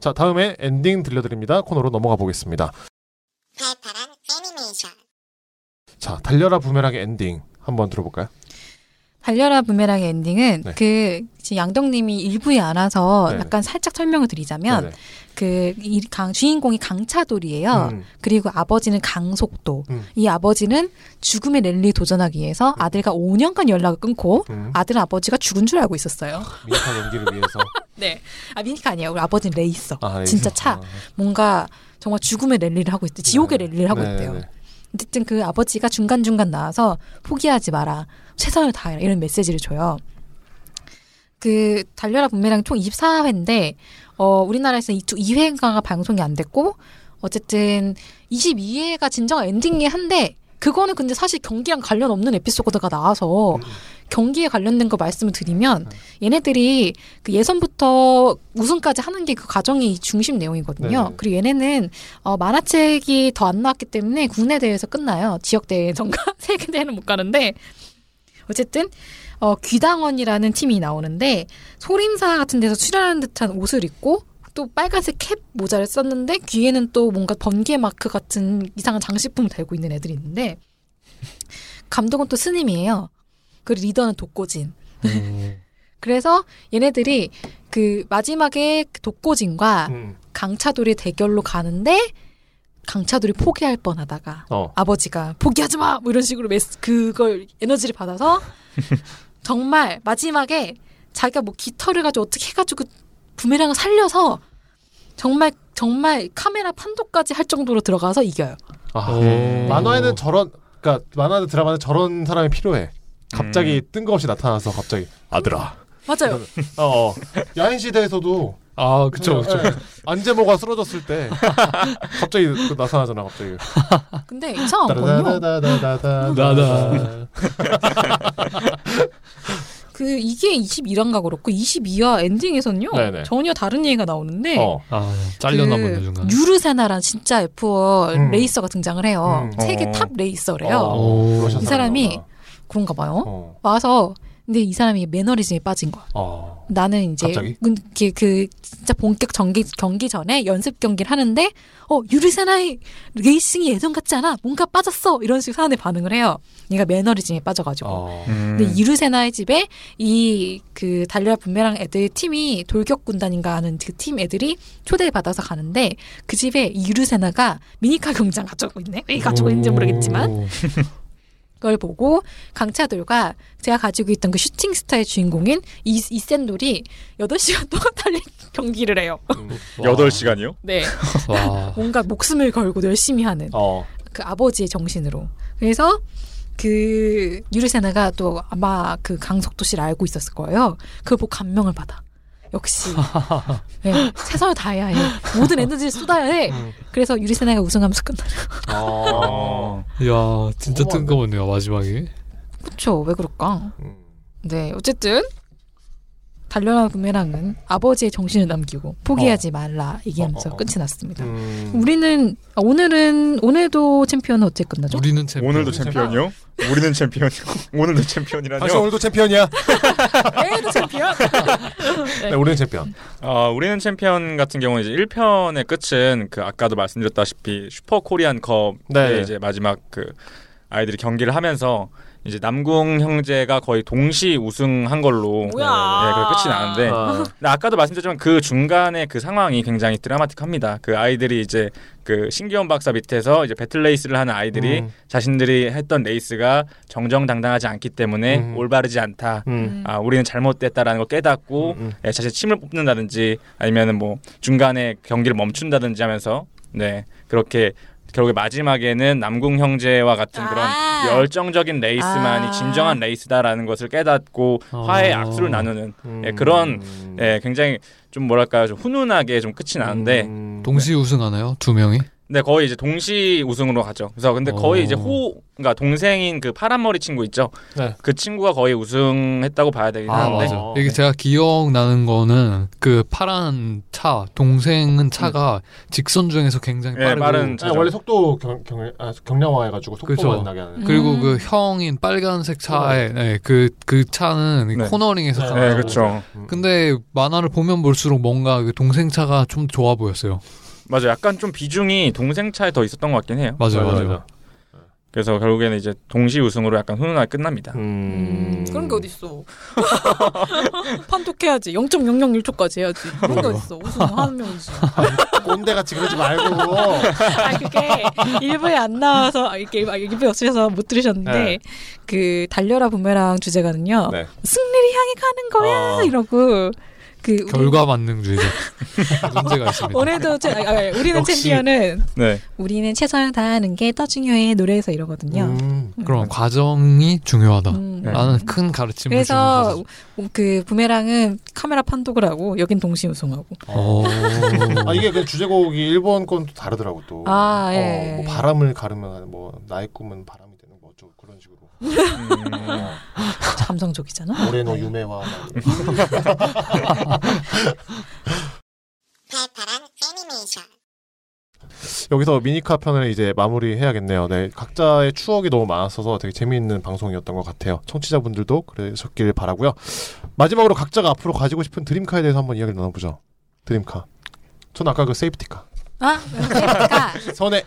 [SPEAKER 2] 자 다음에 엔딩 들려드립니다 코너로 넘어가 보겠습니다. 자 달려라 부메랑의 엔딩 한번 들어볼까요?
[SPEAKER 3] 달려라 부메랑의 엔딩은
[SPEAKER 2] 네.
[SPEAKER 3] 그 지금 양덕님이 일부에 알아서
[SPEAKER 2] 네네.
[SPEAKER 3] 약간 살짝 설명을 드리자면
[SPEAKER 2] 네네.
[SPEAKER 3] 그 이 강 주인공이 강차돌이에요.
[SPEAKER 2] 음,
[SPEAKER 3] 그리고 아버지는 강속도.
[SPEAKER 2] 음.
[SPEAKER 3] 이 아버지는 죽음의 랠리에 도전하기 위해서 아들과 5년간 연락을 끊고
[SPEAKER 2] 음.
[SPEAKER 3] 아들 아버지가 죽은 줄 알고 있었어요.
[SPEAKER 2] 미약한 연기를 위해서
[SPEAKER 3] 네. 아 미니카 아니에요. 우리 아버지는 레이서.
[SPEAKER 2] 아, 네.
[SPEAKER 3] 진짜 차.
[SPEAKER 2] 아,
[SPEAKER 3] 뭔가 정말 죽음의 랠리를 하고 있대. 지옥의
[SPEAKER 2] 네.
[SPEAKER 3] 랠리를 하고
[SPEAKER 2] 네,
[SPEAKER 3] 있대요.
[SPEAKER 2] 네.
[SPEAKER 3] 어쨌든 그 아버지가 중간중간 나와서 포기하지 마라. 최선을 다해라. 이런 메시지를 줘요. 그 달려라 분매랑 총 24회인데 어 우리나라에서 이 2회가가 방송이 안 됐고 어쨌든 22회가 진정한 엔딩이 한데 그거는 근데 사실 경기랑 관련 없는 에피소드가 나와서 경기에 관련된 거 말씀을 드리면 얘네들이 그 예선부터 우승까지 하는 게 그 과정이 중심 내용이거든요.
[SPEAKER 2] 네네.
[SPEAKER 3] 그리고 얘네는 어, 만화책이 더 안 나왔기 때문에 국내 대회에서 끝나요. 지역 대회던가 세계 대회는 못 가는데 어쨌든 어, 귀당원이라는 팀이 나오는데 소림사 같은 데서 출연하는 듯한 옷을 입고 또 빨간색 캡 모자를 썼는데 귀에는 또 뭔가 번개 마크 같은 이상한 장식품을 달고 있는 애들이 있는데 감독은 또 스님이에요. 그리고 리더는 독고진.
[SPEAKER 4] 음.
[SPEAKER 3] 그래서 얘네들이 그 마지막에 그 독고진과
[SPEAKER 2] 음.
[SPEAKER 3] 강차돌이 대결로 가는데 강차돌이 포기할 뻔하다가
[SPEAKER 2] 어.
[SPEAKER 3] 아버지가 포기하지 마! 뭐 이런 식으로 메스, 그걸 에너지를 받아서 정말 마지막에 자기가 뭐 깃털을 가지고 어떻게 해가지고 부메랑을 살려서 정말 정말 카메라 판도까지 할 정도로 들어가서 이겨요.
[SPEAKER 2] 아,
[SPEAKER 4] 오.
[SPEAKER 2] 음. 만화에는 저런 그러니까 만화나 드라마는 저런 사람이 필요해. 갑자기 뜬금없이 나타나서 갑자기 아들아.
[SPEAKER 3] 맞아요.
[SPEAKER 2] 어, 어. 야인 시대에서도
[SPEAKER 4] 아, 그쵸, 그쵸.
[SPEAKER 2] 예. 안재모가 쓰러졌을 때 갑자기 또 나타나잖아 갑자기.
[SPEAKER 3] 근데 이상한 건요.
[SPEAKER 2] 따라다다다다다다다.
[SPEAKER 3] 그 이게 21화인가 그렇고 22화 엔딩에서는요.
[SPEAKER 2] 네네.
[SPEAKER 3] 전혀 다른 얘기가 나오는데
[SPEAKER 2] 어.
[SPEAKER 4] 아, 잘려나 보네, 중간.
[SPEAKER 3] 그 유르세나란 진짜 F1
[SPEAKER 2] 음.
[SPEAKER 3] 레이서가 등장을 해요.
[SPEAKER 2] 음.
[SPEAKER 3] 세계
[SPEAKER 5] 어.
[SPEAKER 3] 탑 레이서래요.
[SPEAKER 2] 어, 러시아
[SPEAKER 3] 이 사람이 그런가 봐요.
[SPEAKER 2] 어.
[SPEAKER 3] 와서 근데 이 사람이 매너리즘에 빠진 거야.
[SPEAKER 2] 어.
[SPEAKER 3] 나는 이제
[SPEAKER 2] 갑자기?
[SPEAKER 3] 그- 그, 그 진짜 본격 경기 경기 전에 연습 경기를 하는데 어 유르세나의 레이싱이 예전 같지 않아 뭔가 빠졌어 이런 식으로 사람들 이 반응을 해요. 얘가 매너리즘에 빠져가지고.
[SPEAKER 2] 어.
[SPEAKER 5] 음.
[SPEAKER 3] 근데 이르세나의 집에 이 그 달려 분메랑 애들 팀이 돌격 군단인가 하는 그 팀 애들이 초대받아서 가는데 그 집에 이 이르세나가 미니카 경장 가지고 있네. 왜 가지고 있는지 모르겠지만
[SPEAKER 4] 오.
[SPEAKER 3] 그걸 보고 강차돌과 제가 가지고 있던 그 슈팅 스타의 주인공인 이 이센돌이 8시간 동안 달린 경기를 해요.
[SPEAKER 4] 와.
[SPEAKER 5] 여덟 시간이요?
[SPEAKER 3] 네.
[SPEAKER 4] 와.
[SPEAKER 3] 뭔가 목숨을 걸고 열심히 하는
[SPEAKER 2] 어.
[SPEAKER 3] 그 아버지의 정신으로. 그래서 그 유르세나가 또 아마 그 강석도 씨를 알고 있었을 거예요. 그걸 보고 감명을 그 받아. 역시 네, 최선을 다해야 해. 모든 에너지를 쏟아야 해. 그래서 유리세나가 우승하면서 끝나.
[SPEAKER 2] 아.
[SPEAKER 5] 어.
[SPEAKER 4] 야 진짜
[SPEAKER 2] 너무한데.
[SPEAKER 4] 뜬금없네요 마지막에.
[SPEAKER 3] 그쵸? 왜 그럴까?
[SPEAKER 2] 음.
[SPEAKER 3] 네, 어쨌든 달려라 부메랑은 아버지의 정신을 남기고 포기하지 말라 얘기하면서
[SPEAKER 2] 어, 어, 어.
[SPEAKER 3] 끝이 났습니다.
[SPEAKER 2] 음.
[SPEAKER 3] 우리는 아, 오늘은 오늘도 챔피언은 어째 끝나죠?
[SPEAKER 4] 우리는 챔피언. 네.
[SPEAKER 5] 오늘도 챔피언이요? 우리는 챔피언이요? 오늘도 챔피언이라뇨?
[SPEAKER 2] 당신 오늘도 챔피언이야.
[SPEAKER 3] 네. 내일도 챔피언.
[SPEAKER 2] 네, 우리는 챔피언.
[SPEAKER 5] 어, 우리는 챔피언 같은 경우는 이제 1편의 끝은 그 아까도 말씀드렸다시피 슈퍼 코리안 컵의
[SPEAKER 2] 네.
[SPEAKER 5] 이제 마지막 그 아이들이 경기를 하면서 이제 남궁 형제가 거의 동시 우승한 걸로
[SPEAKER 3] 뭐야.
[SPEAKER 5] 네, 그 끝이 나는데
[SPEAKER 2] 아.
[SPEAKER 5] 근데 아까도 말씀드렸지만 그 중간에 그 상황이 굉장히 드라마틱합니다. 그 아이들이 이제 그 신기원 박사 밑에서 이제 배틀 레이스를 하는 아이들이
[SPEAKER 2] 음.
[SPEAKER 5] 자신들이 했던 레이스가 정정당당하지 않기 때문에
[SPEAKER 2] 음.
[SPEAKER 5] 올바르지 않다.
[SPEAKER 2] 음.
[SPEAKER 5] 아 우리는 잘못됐다라는 걸 깨닫고
[SPEAKER 2] 음, 음.
[SPEAKER 5] 예, 자신 침을 뽑는다든지 아니면은 뭐 중간에 경기를 멈춘다든지 하면서 네 그렇게 결국에 마지막에는 남궁 형제와 같은 그런
[SPEAKER 3] 아.
[SPEAKER 5] 열정적인 레이스만이
[SPEAKER 3] 아.
[SPEAKER 5] 진정한 레이스다라는 것을 깨닫고
[SPEAKER 4] 어.
[SPEAKER 5] 화해 악수를 나누는 예, 그런 예, 굉장히 좀 뭐랄까요 좀 훈훈하게 좀 끝이 나는데
[SPEAKER 2] 음.
[SPEAKER 4] 동시 우승하나요? 두 명이?
[SPEAKER 5] 근데 거의 이제 동시 우승으로 가죠. 그래서 근데 거의
[SPEAKER 4] 어.
[SPEAKER 5] 이제 호 그러니까 동생인 그 파란 머리 친구 있죠.
[SPEAKER 2] 네.
[SPEAKER 5] 그 친구가 거의 우승했다고 봐야 되긴
[SPEAKER 4] 아
[SPEAKER 5] 하는데
[SPEAKER 4] 맞아. 이게 제가 기억나는 거는 그 파란 차 동생은 차가 직선 주행에서 굉장히
[SPEAKER 5] 예,
[SPEAKER 4] 네, 빠르고
[SPEAKER 5] 빠른 차.
[SPEAKER 2] 음. 아니, 원래 속도 경, 경, 아, 경량화해가지고 속도가
[SPEAKER 4] 그렇죠.
[SPEAKER 2] 안 나게 하는.
[SPEAKER 3] 음.
[SPEAKER 4] 그리고 그 형인 빨간색 차에 그그 그 차는
[SPEAKER 5] 네.
[SPEAKER 4] 코너링에서
[SPEAKER 2] 네,
[SPEAKER 4] 가나요?
[SPEAKER 5] 네 그렇죠.
[SPEAKER 4] 음. 근데 만화를 보면 볼수록 뭔가 그 동생 차가 좀 좋아 보였어요.
[SPEAKER 5] 맞아 약간 좀 비중이 동생 차에 더 있었던 것 같긴 해요.
[SPEAKER 4] 맞아요, 맞아요.
[SPEAKER 5] 그래서 결국에는 이제 동시 우승으로 약간 훈훈하게 끝납니다.
[SPEAKER 2] 음.
[SPEAKER 7] 그런 게 어딨어. 판독해야지. 0.001초까지 해야지. 그런 게 어딨어. 우승 한 명이지.
[SPEAKER 2] 꼰대 같이 그러지 말고.
[SPEAKER 3] 아 그게 일부에 안 나와서 아, 이렇게 막 일부에 없으셔서 못 들으셨는데
[SPEAKER 2] 네.
[SPEAKER 3] 그 달려라 부메랑 주제가는요.
[SPEAKER 2] 네.
[SPEAKER 3] 승리를 향해 가는 거야
[SPEAKER 2] 아.
[SPEAKER 3] 이러고 그 우리-
[SPEAKER 4] 결과 만능주의자 문제가 있습니다.
[SPEAKER 3] 오늘도 제, 아, 아, 우리는
[SPEAKER 4] 역시.
[SPEAKER 3] 챔피언은
[SPEAKER 5] 네.
[SPEAKER 3] 우리는 최선을 다하는 게 더 중요해 노래에서 이러거든요.
[SPEAKER 2] 음.
[SPEAKER 4] 그럼 과정이 중요하다.
[SPEAKER 3] 음.
[SPEAKER 5] 네.
[SPEAKER 4] 나는 그 큰 가르침을
[SPEAKER 3] 그래서
[SPEAKER 4] 주는
[SPEAKER 3] 그 부메랑은 카메라 판독을 하고 여긴 동시 우승하고.
[SPEAKER 4] 거죠.
[SPEAKER 2] 아 이게 그 주제곡이 일본 건또 다르더라고 또.
[SPEAKER 3] 아, 예.
[SPEAKER 2] 어, 뭐 바람을 가르면 뭐 나의 꿈은 바람이 되는 뭐 어쩌고 그런 식으로.
[SPEAKER 5] 음,
[SPEAKER 3] 감성적이잖아.
[SPEAKER 2] 올해노 유메와 막 이런.
[SPEAKER 6] 베테랑 애니메이션
[SPEAKER 2] 여기서 미니카 편을 이제 마무리해야겠네요. 네, 각자의 추억이 너무 많았어서 되게 재미있는 방송이었던 것 같아요. 청취자분들도 그러셨길 바라고요. 마지막으로 각자가 앞으로 가지고 싶은 드림카에 대해서 한번 이야기를 나눠보죠. 드림카. 전 아까 그 세이프티카.
[SPEAKER 3] 아, 그러니까
[SPEAKER 2] 선에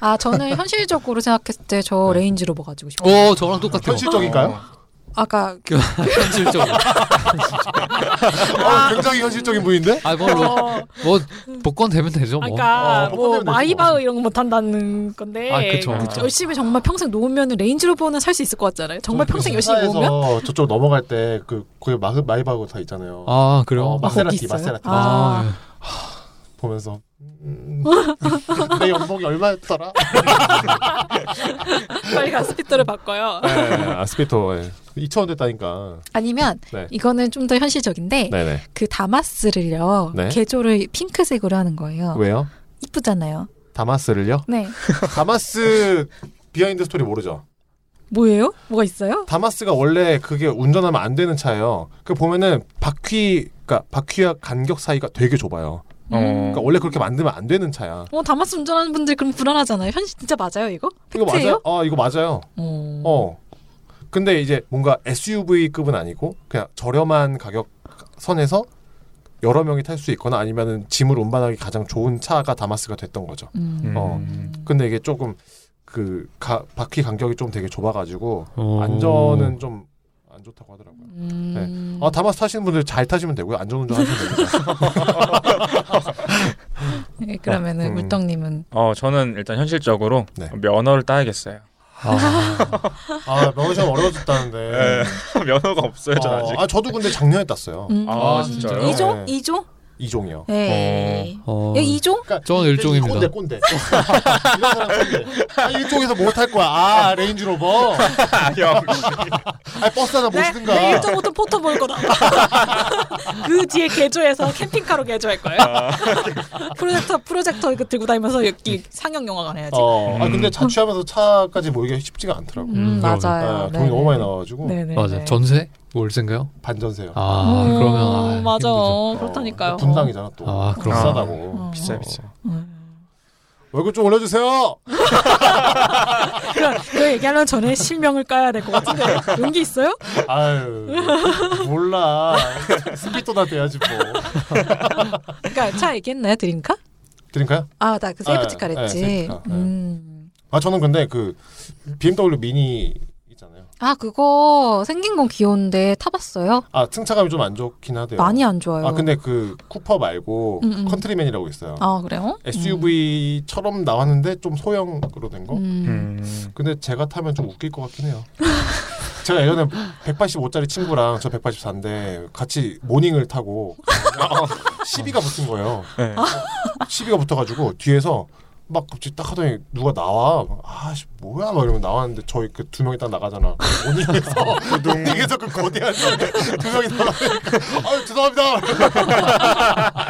[SPEAKER 3] 아 저는 현실적으로 생각했을 때 저
[SPEAKER 4] 네.
[SPEAKER 3] 레인지로버 뭐 가지고 싶어요.
[SPEAKER 4] 오 저랑 똑같아요.
[SPEAKER 2] 현실적인가요?
[SPEAKER 3] 아까
[SPEAKER 4] 현실적으로.
[SPEAKER 2] 어, 굉장히 현실적인 분인데?
[SPEAKER 4] 아, 뭐,
[SPEAKER 3] 어.
[SPEAKER 4] 뭐, 뭐 복권 되면 되죠. 뭐.
[SPEAKER 2] 어,
[SPEAKER 3] 그러니까 뭐
[SPEAKER 2] 뽑아내면 되지,
[SPEAKER 3] 마이바흐 이런 거 못 한다는 건데.
[SPEAKER 4] 아, 그쵸,
[SPEAKER 5] 그쵸.
[SPEAKER 3] 열심히 정말 평생 놓으면 레인지로버는 살 수 있을 것 같잖아요.
[SPEAKER 4] 어,
[SPEAKER 3] 정말 평생 열심히
[SPEAKER 2] 회사에서
[SPEAKER 3] 모으면
[SPEAKER 2] 저쪽 넘어갈 때 그 거기 마, 마이바고 다 있잖아요.
[SPEAKER 4] 아 그래요. 예.
[SPEAKER 2] 어,
[SPEAKER 3] 거기
[SPEAKER 2] 마세라티
[SPEAKER 3] 있어요?
[SPEAKER 2] 마세라티
[SPEAKER 3] 아.
[SPEAKER 2] 보면서 음, 내 연봉이 얼마였더라?
[SPEAKER 3] 빨리 가스피터를 바꿔요.
[SPEAKER 2] 네, 아, 스피터 예. 2천 원 됐다니까.
[SPEAKER 3] 아니면
[SPEAKER 2] 네.
[SPEAKER 3] 이거는 좀 더 현실적인데
[SPEAKER 2] 네네.
[SPEAKER 3] 그 다마스를요
[SPEAKER 2] 네.
[SPEAKER 3] 개조를 핑크색으로 하는 거예요.
[SPEAKER 2] 왜요?
[SPEAKER 3] 이쁘잖아요.
[SPEAKER 2] 다마스를요?
[SPEAKER 3] 네.
[SPEAKER 2] 그 다마스 비하인드 스토리 모르죠?
[SPEAKER 3] 뭐예요? 뭐가 있어요?
[SPEAKER 2] 다마스가 원래 그게 운전하면 안 되는 차예요. 그 보면은 바퀴, 그러니까 바퀴와 간격 사이가 되게 좁아요.
[SPEAKER 5] 어,
[SPEAKER 2] 그러니까 원래 그렇게 만들면 안 되는 차야.
[SPEAKER 3] 어 다마스 운전하는 분들 그럼 불안하잖아요. 현실 진짜 맞아요 이거?
[SPEAKER 2] 이거 맞아요?
[SPEAKER 3] 팩트예요?
[SPEAKER 2] 어, 이거 맞아요.
[SPEAKER 3] 어.
[SPEAKER 2] 어. 근데 이제 뭔가 SUV급은 아니고 그냥 저렴한 가격 선에서 여러 명이 탈 수 있거나 아니면은 짐을 운반하기 가장 좋은 차가 다마스가 됐던 거죠.
[SPEAKER 3] 음.
[SPEAKER 5] 음.
[SPEAKER 2] 어. 근데 이게 조금 그 가- 바퀴 간격이 좀 되게 좁아가지고
[SPEAKER 4] 어.
[SPEAKER 2] 안전은 좀 안 좋다고 하더라고요.
[SPEAKER 3] 음.
[SPEAKER 2] 아 다마스 타시는 분들 잘 타시면 되고요. 안전운전 하시면 됩니다.
[SPEAKER 3] 네, 그러면은
[SPEAKER 2] 음.
[SPEAKER 3] 물떡님은
[SPEAKER 5] 어, 저는 일단 현실적으로
[SPEAKER 2] 네.
[SPEAKER 5] 면허를 따야겠어요.
[SPEAKER 4] 아,
[SPEAKER 2] 아 면허 시험 어려워졌다는데.
[SPEAKER 5] 면허가 없어요, 전
[SPEAKER 2] 어,
[SPEAKER 5] 아직.
[SPEAKER 2] 아 네. 저도 근데 작년에 땄어요.
[SPEAKER 3] 음.
[SPEAKER 5] 아,
[SPEAKER 4] 아,
[SPEAKER 5] 진짜요?
[SPEAKER 2] 진짜요?
[SPEAKER 3] 이조
[SPEAKER 2] 네.
[SPEAKER 3] 이조
[SPEAKER 2] 이종이요.
[SPEAKER 3] 네.
[SPEAKER 4] 어,
[SPEAKER 3] 여기 이종?
[SPEAKER 2] 그러니까
[SPEAKER 4] 저는 일종입니다.
[SPEAKER 2] 꼰대 꼰대. 이런 사람 꼰대. 아, 일종에서 못 탈 거야. 아 레인지로버.
[SPEAKER 5] 형.
[SPEAKER 2] 아 버스 하나 모시든가.
[SPEAKER 3] 네. 내일 좀 보통 포토 볼 거다. 그 뒤에 개조해서 캠핑카로 개조할 거예요.
[SPEAKER 2] 아.
[SPEAKER 3] 프로젝터 프로젝터 이거 들고 다니면서 여기 상영 영화관 해야지.
[SPEAKER 2] 어. 아
[SPEAKER 5] 음.
[SPEAKER 2] 근데 자취하면서 차까지 뭐 모이기 쉽지가 않더라고. 요
[SPEAKER 3] 음,
[SPEAKER 4] 음,
[SPEAKER 3] 맞아요.
[SPEAKER 2] 돈이 너무 많이 나와가지고
[SPEAKER 3] 네네. 음,
[SPEAKER 4] 맞아. 전세? 월세인가요?
[SPEAKER 2] 반전세요.
[SPEAKER 4] 아, 그러면 아,
[SPEAKER 3] 맞아.
[SPEAKER 4] 힘들죠.
[SPEAKER 2] 어,
[SPEAKER 3] 그렇다니까요.
[SPEAKER 2] 분당이잖아 또.
[SPEAKER 4] 아, 그럼.
[SPEAKER 2] 비싸다고.
[SPEAKER 3] 어.
[SPEAKER 5] 비싸 비싸.
[SPEAKER 2] 월급 좀 올려주세요.
[SPEAKER 3] 그럼 그 얘기하려면 전에 실명을 까야 될 것 같은데 용기 있어요?
[SPEAKER 2] 아유 몰라. 스피또나 돼야지 뭐.
[SPEAKER 3] 그러니까 차 얘기했나요 드림카?
[SPEAKER 2] 드림카요?
[SPEAKER 3] 아 나 그 세이프티카
[SPEAKER 2] 아, 예,
[SPEAKER 3] 했지.
[SPEAKER 2] 예, 세이프티카. 예.
[SPEAKER 3] 음.
[SPEAKER 2] 아 저는 근데 그 BMW 미니 있잖아요.
[SPEAKER 3] 아 그거 생긴 건 귀여운데 타봤어요?
[SPEAKER 2] 아 승차감이 좀 안 좋긴 하대요.
[SPEAKER 3] 많이 안 좋아요.
[SPEAKER 2] 아 근데 그 쿠퍼 말고
[SPEAKER 3] 음, 음.
[SPEAKER 2] 컨트리맨이라고 있어요.
[SPEAKER 3] 아, 그래요?
[SPEAKER 2] SUV처럼 나왔는데 좀 소형으로 된 거.
[SPEAKER 3] 음.
[SPEAKER 2] 근데 제가 타면 좀 웃길 것 같긴 해요. 제가 예전에 185짜리 친구랑 저 184인데 같이 모닝을 타고 시비가 붙은 거예요.
[SPEAKER 5] 네.
[SPEAKER 2] 시비가 붙어가지고 뒤에서 막 갑자기 딱 하더니 누가 나와 아씨 뭐야 막 이러면 나왔는데 저희 그 두 명이 딱 나가잖아 그 모닝에서 모닝에서 그 거대한 두 명이 나가니까 아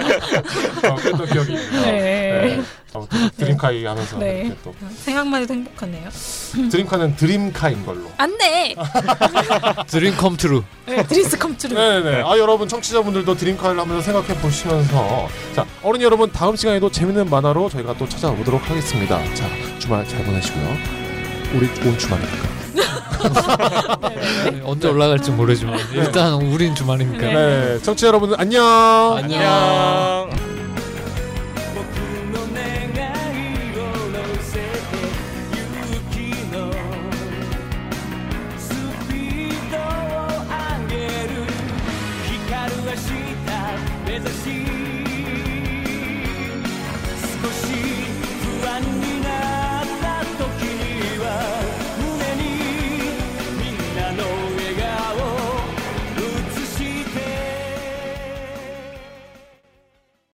[SPEAKER 2] 죄송합니다 어, 그랬던 기억이 있네요.
[SPEAKER 3] 네.
[SPEAKER 2] 아무튼 드림카이 하면서
[SPEAKER 3] 네.
[SPEAKER 2] 이렇게 또
[SPEAKER 3] 생각만 해도 행복하네요.
[SPEAKER 2] 드림카는 드림카인 걸로.
[SPEAKER 3] 안 돼!
[SPEAKER 4] 드림 컴 트루.
[SPEAKER 3] 네, 드리스 컴트루.
[SPEAKER 2] 네네. 아 여러분 청취자분들도 드림카를 하면서 생각해 보시면서 자 어른 이 여러분 다음 시간에도 재밌는 만화로 저희가 또 찾아오도록 하겠습니다. 자 주말 잘 보내시고요. 우리 온 주말이니까.
[SPEAKER 4] 언제 올라갈지 모르지만 일단 우린 주말이니까.
[SPEAKER 3] 네.
[SPEAKER 2] 네. 청취자 여러분 안녕.
[SPEAKER 5] 안녕.
[SPEAKER 8] 僕の願いを乗せて勇気のスピードを上げる光る明日目指し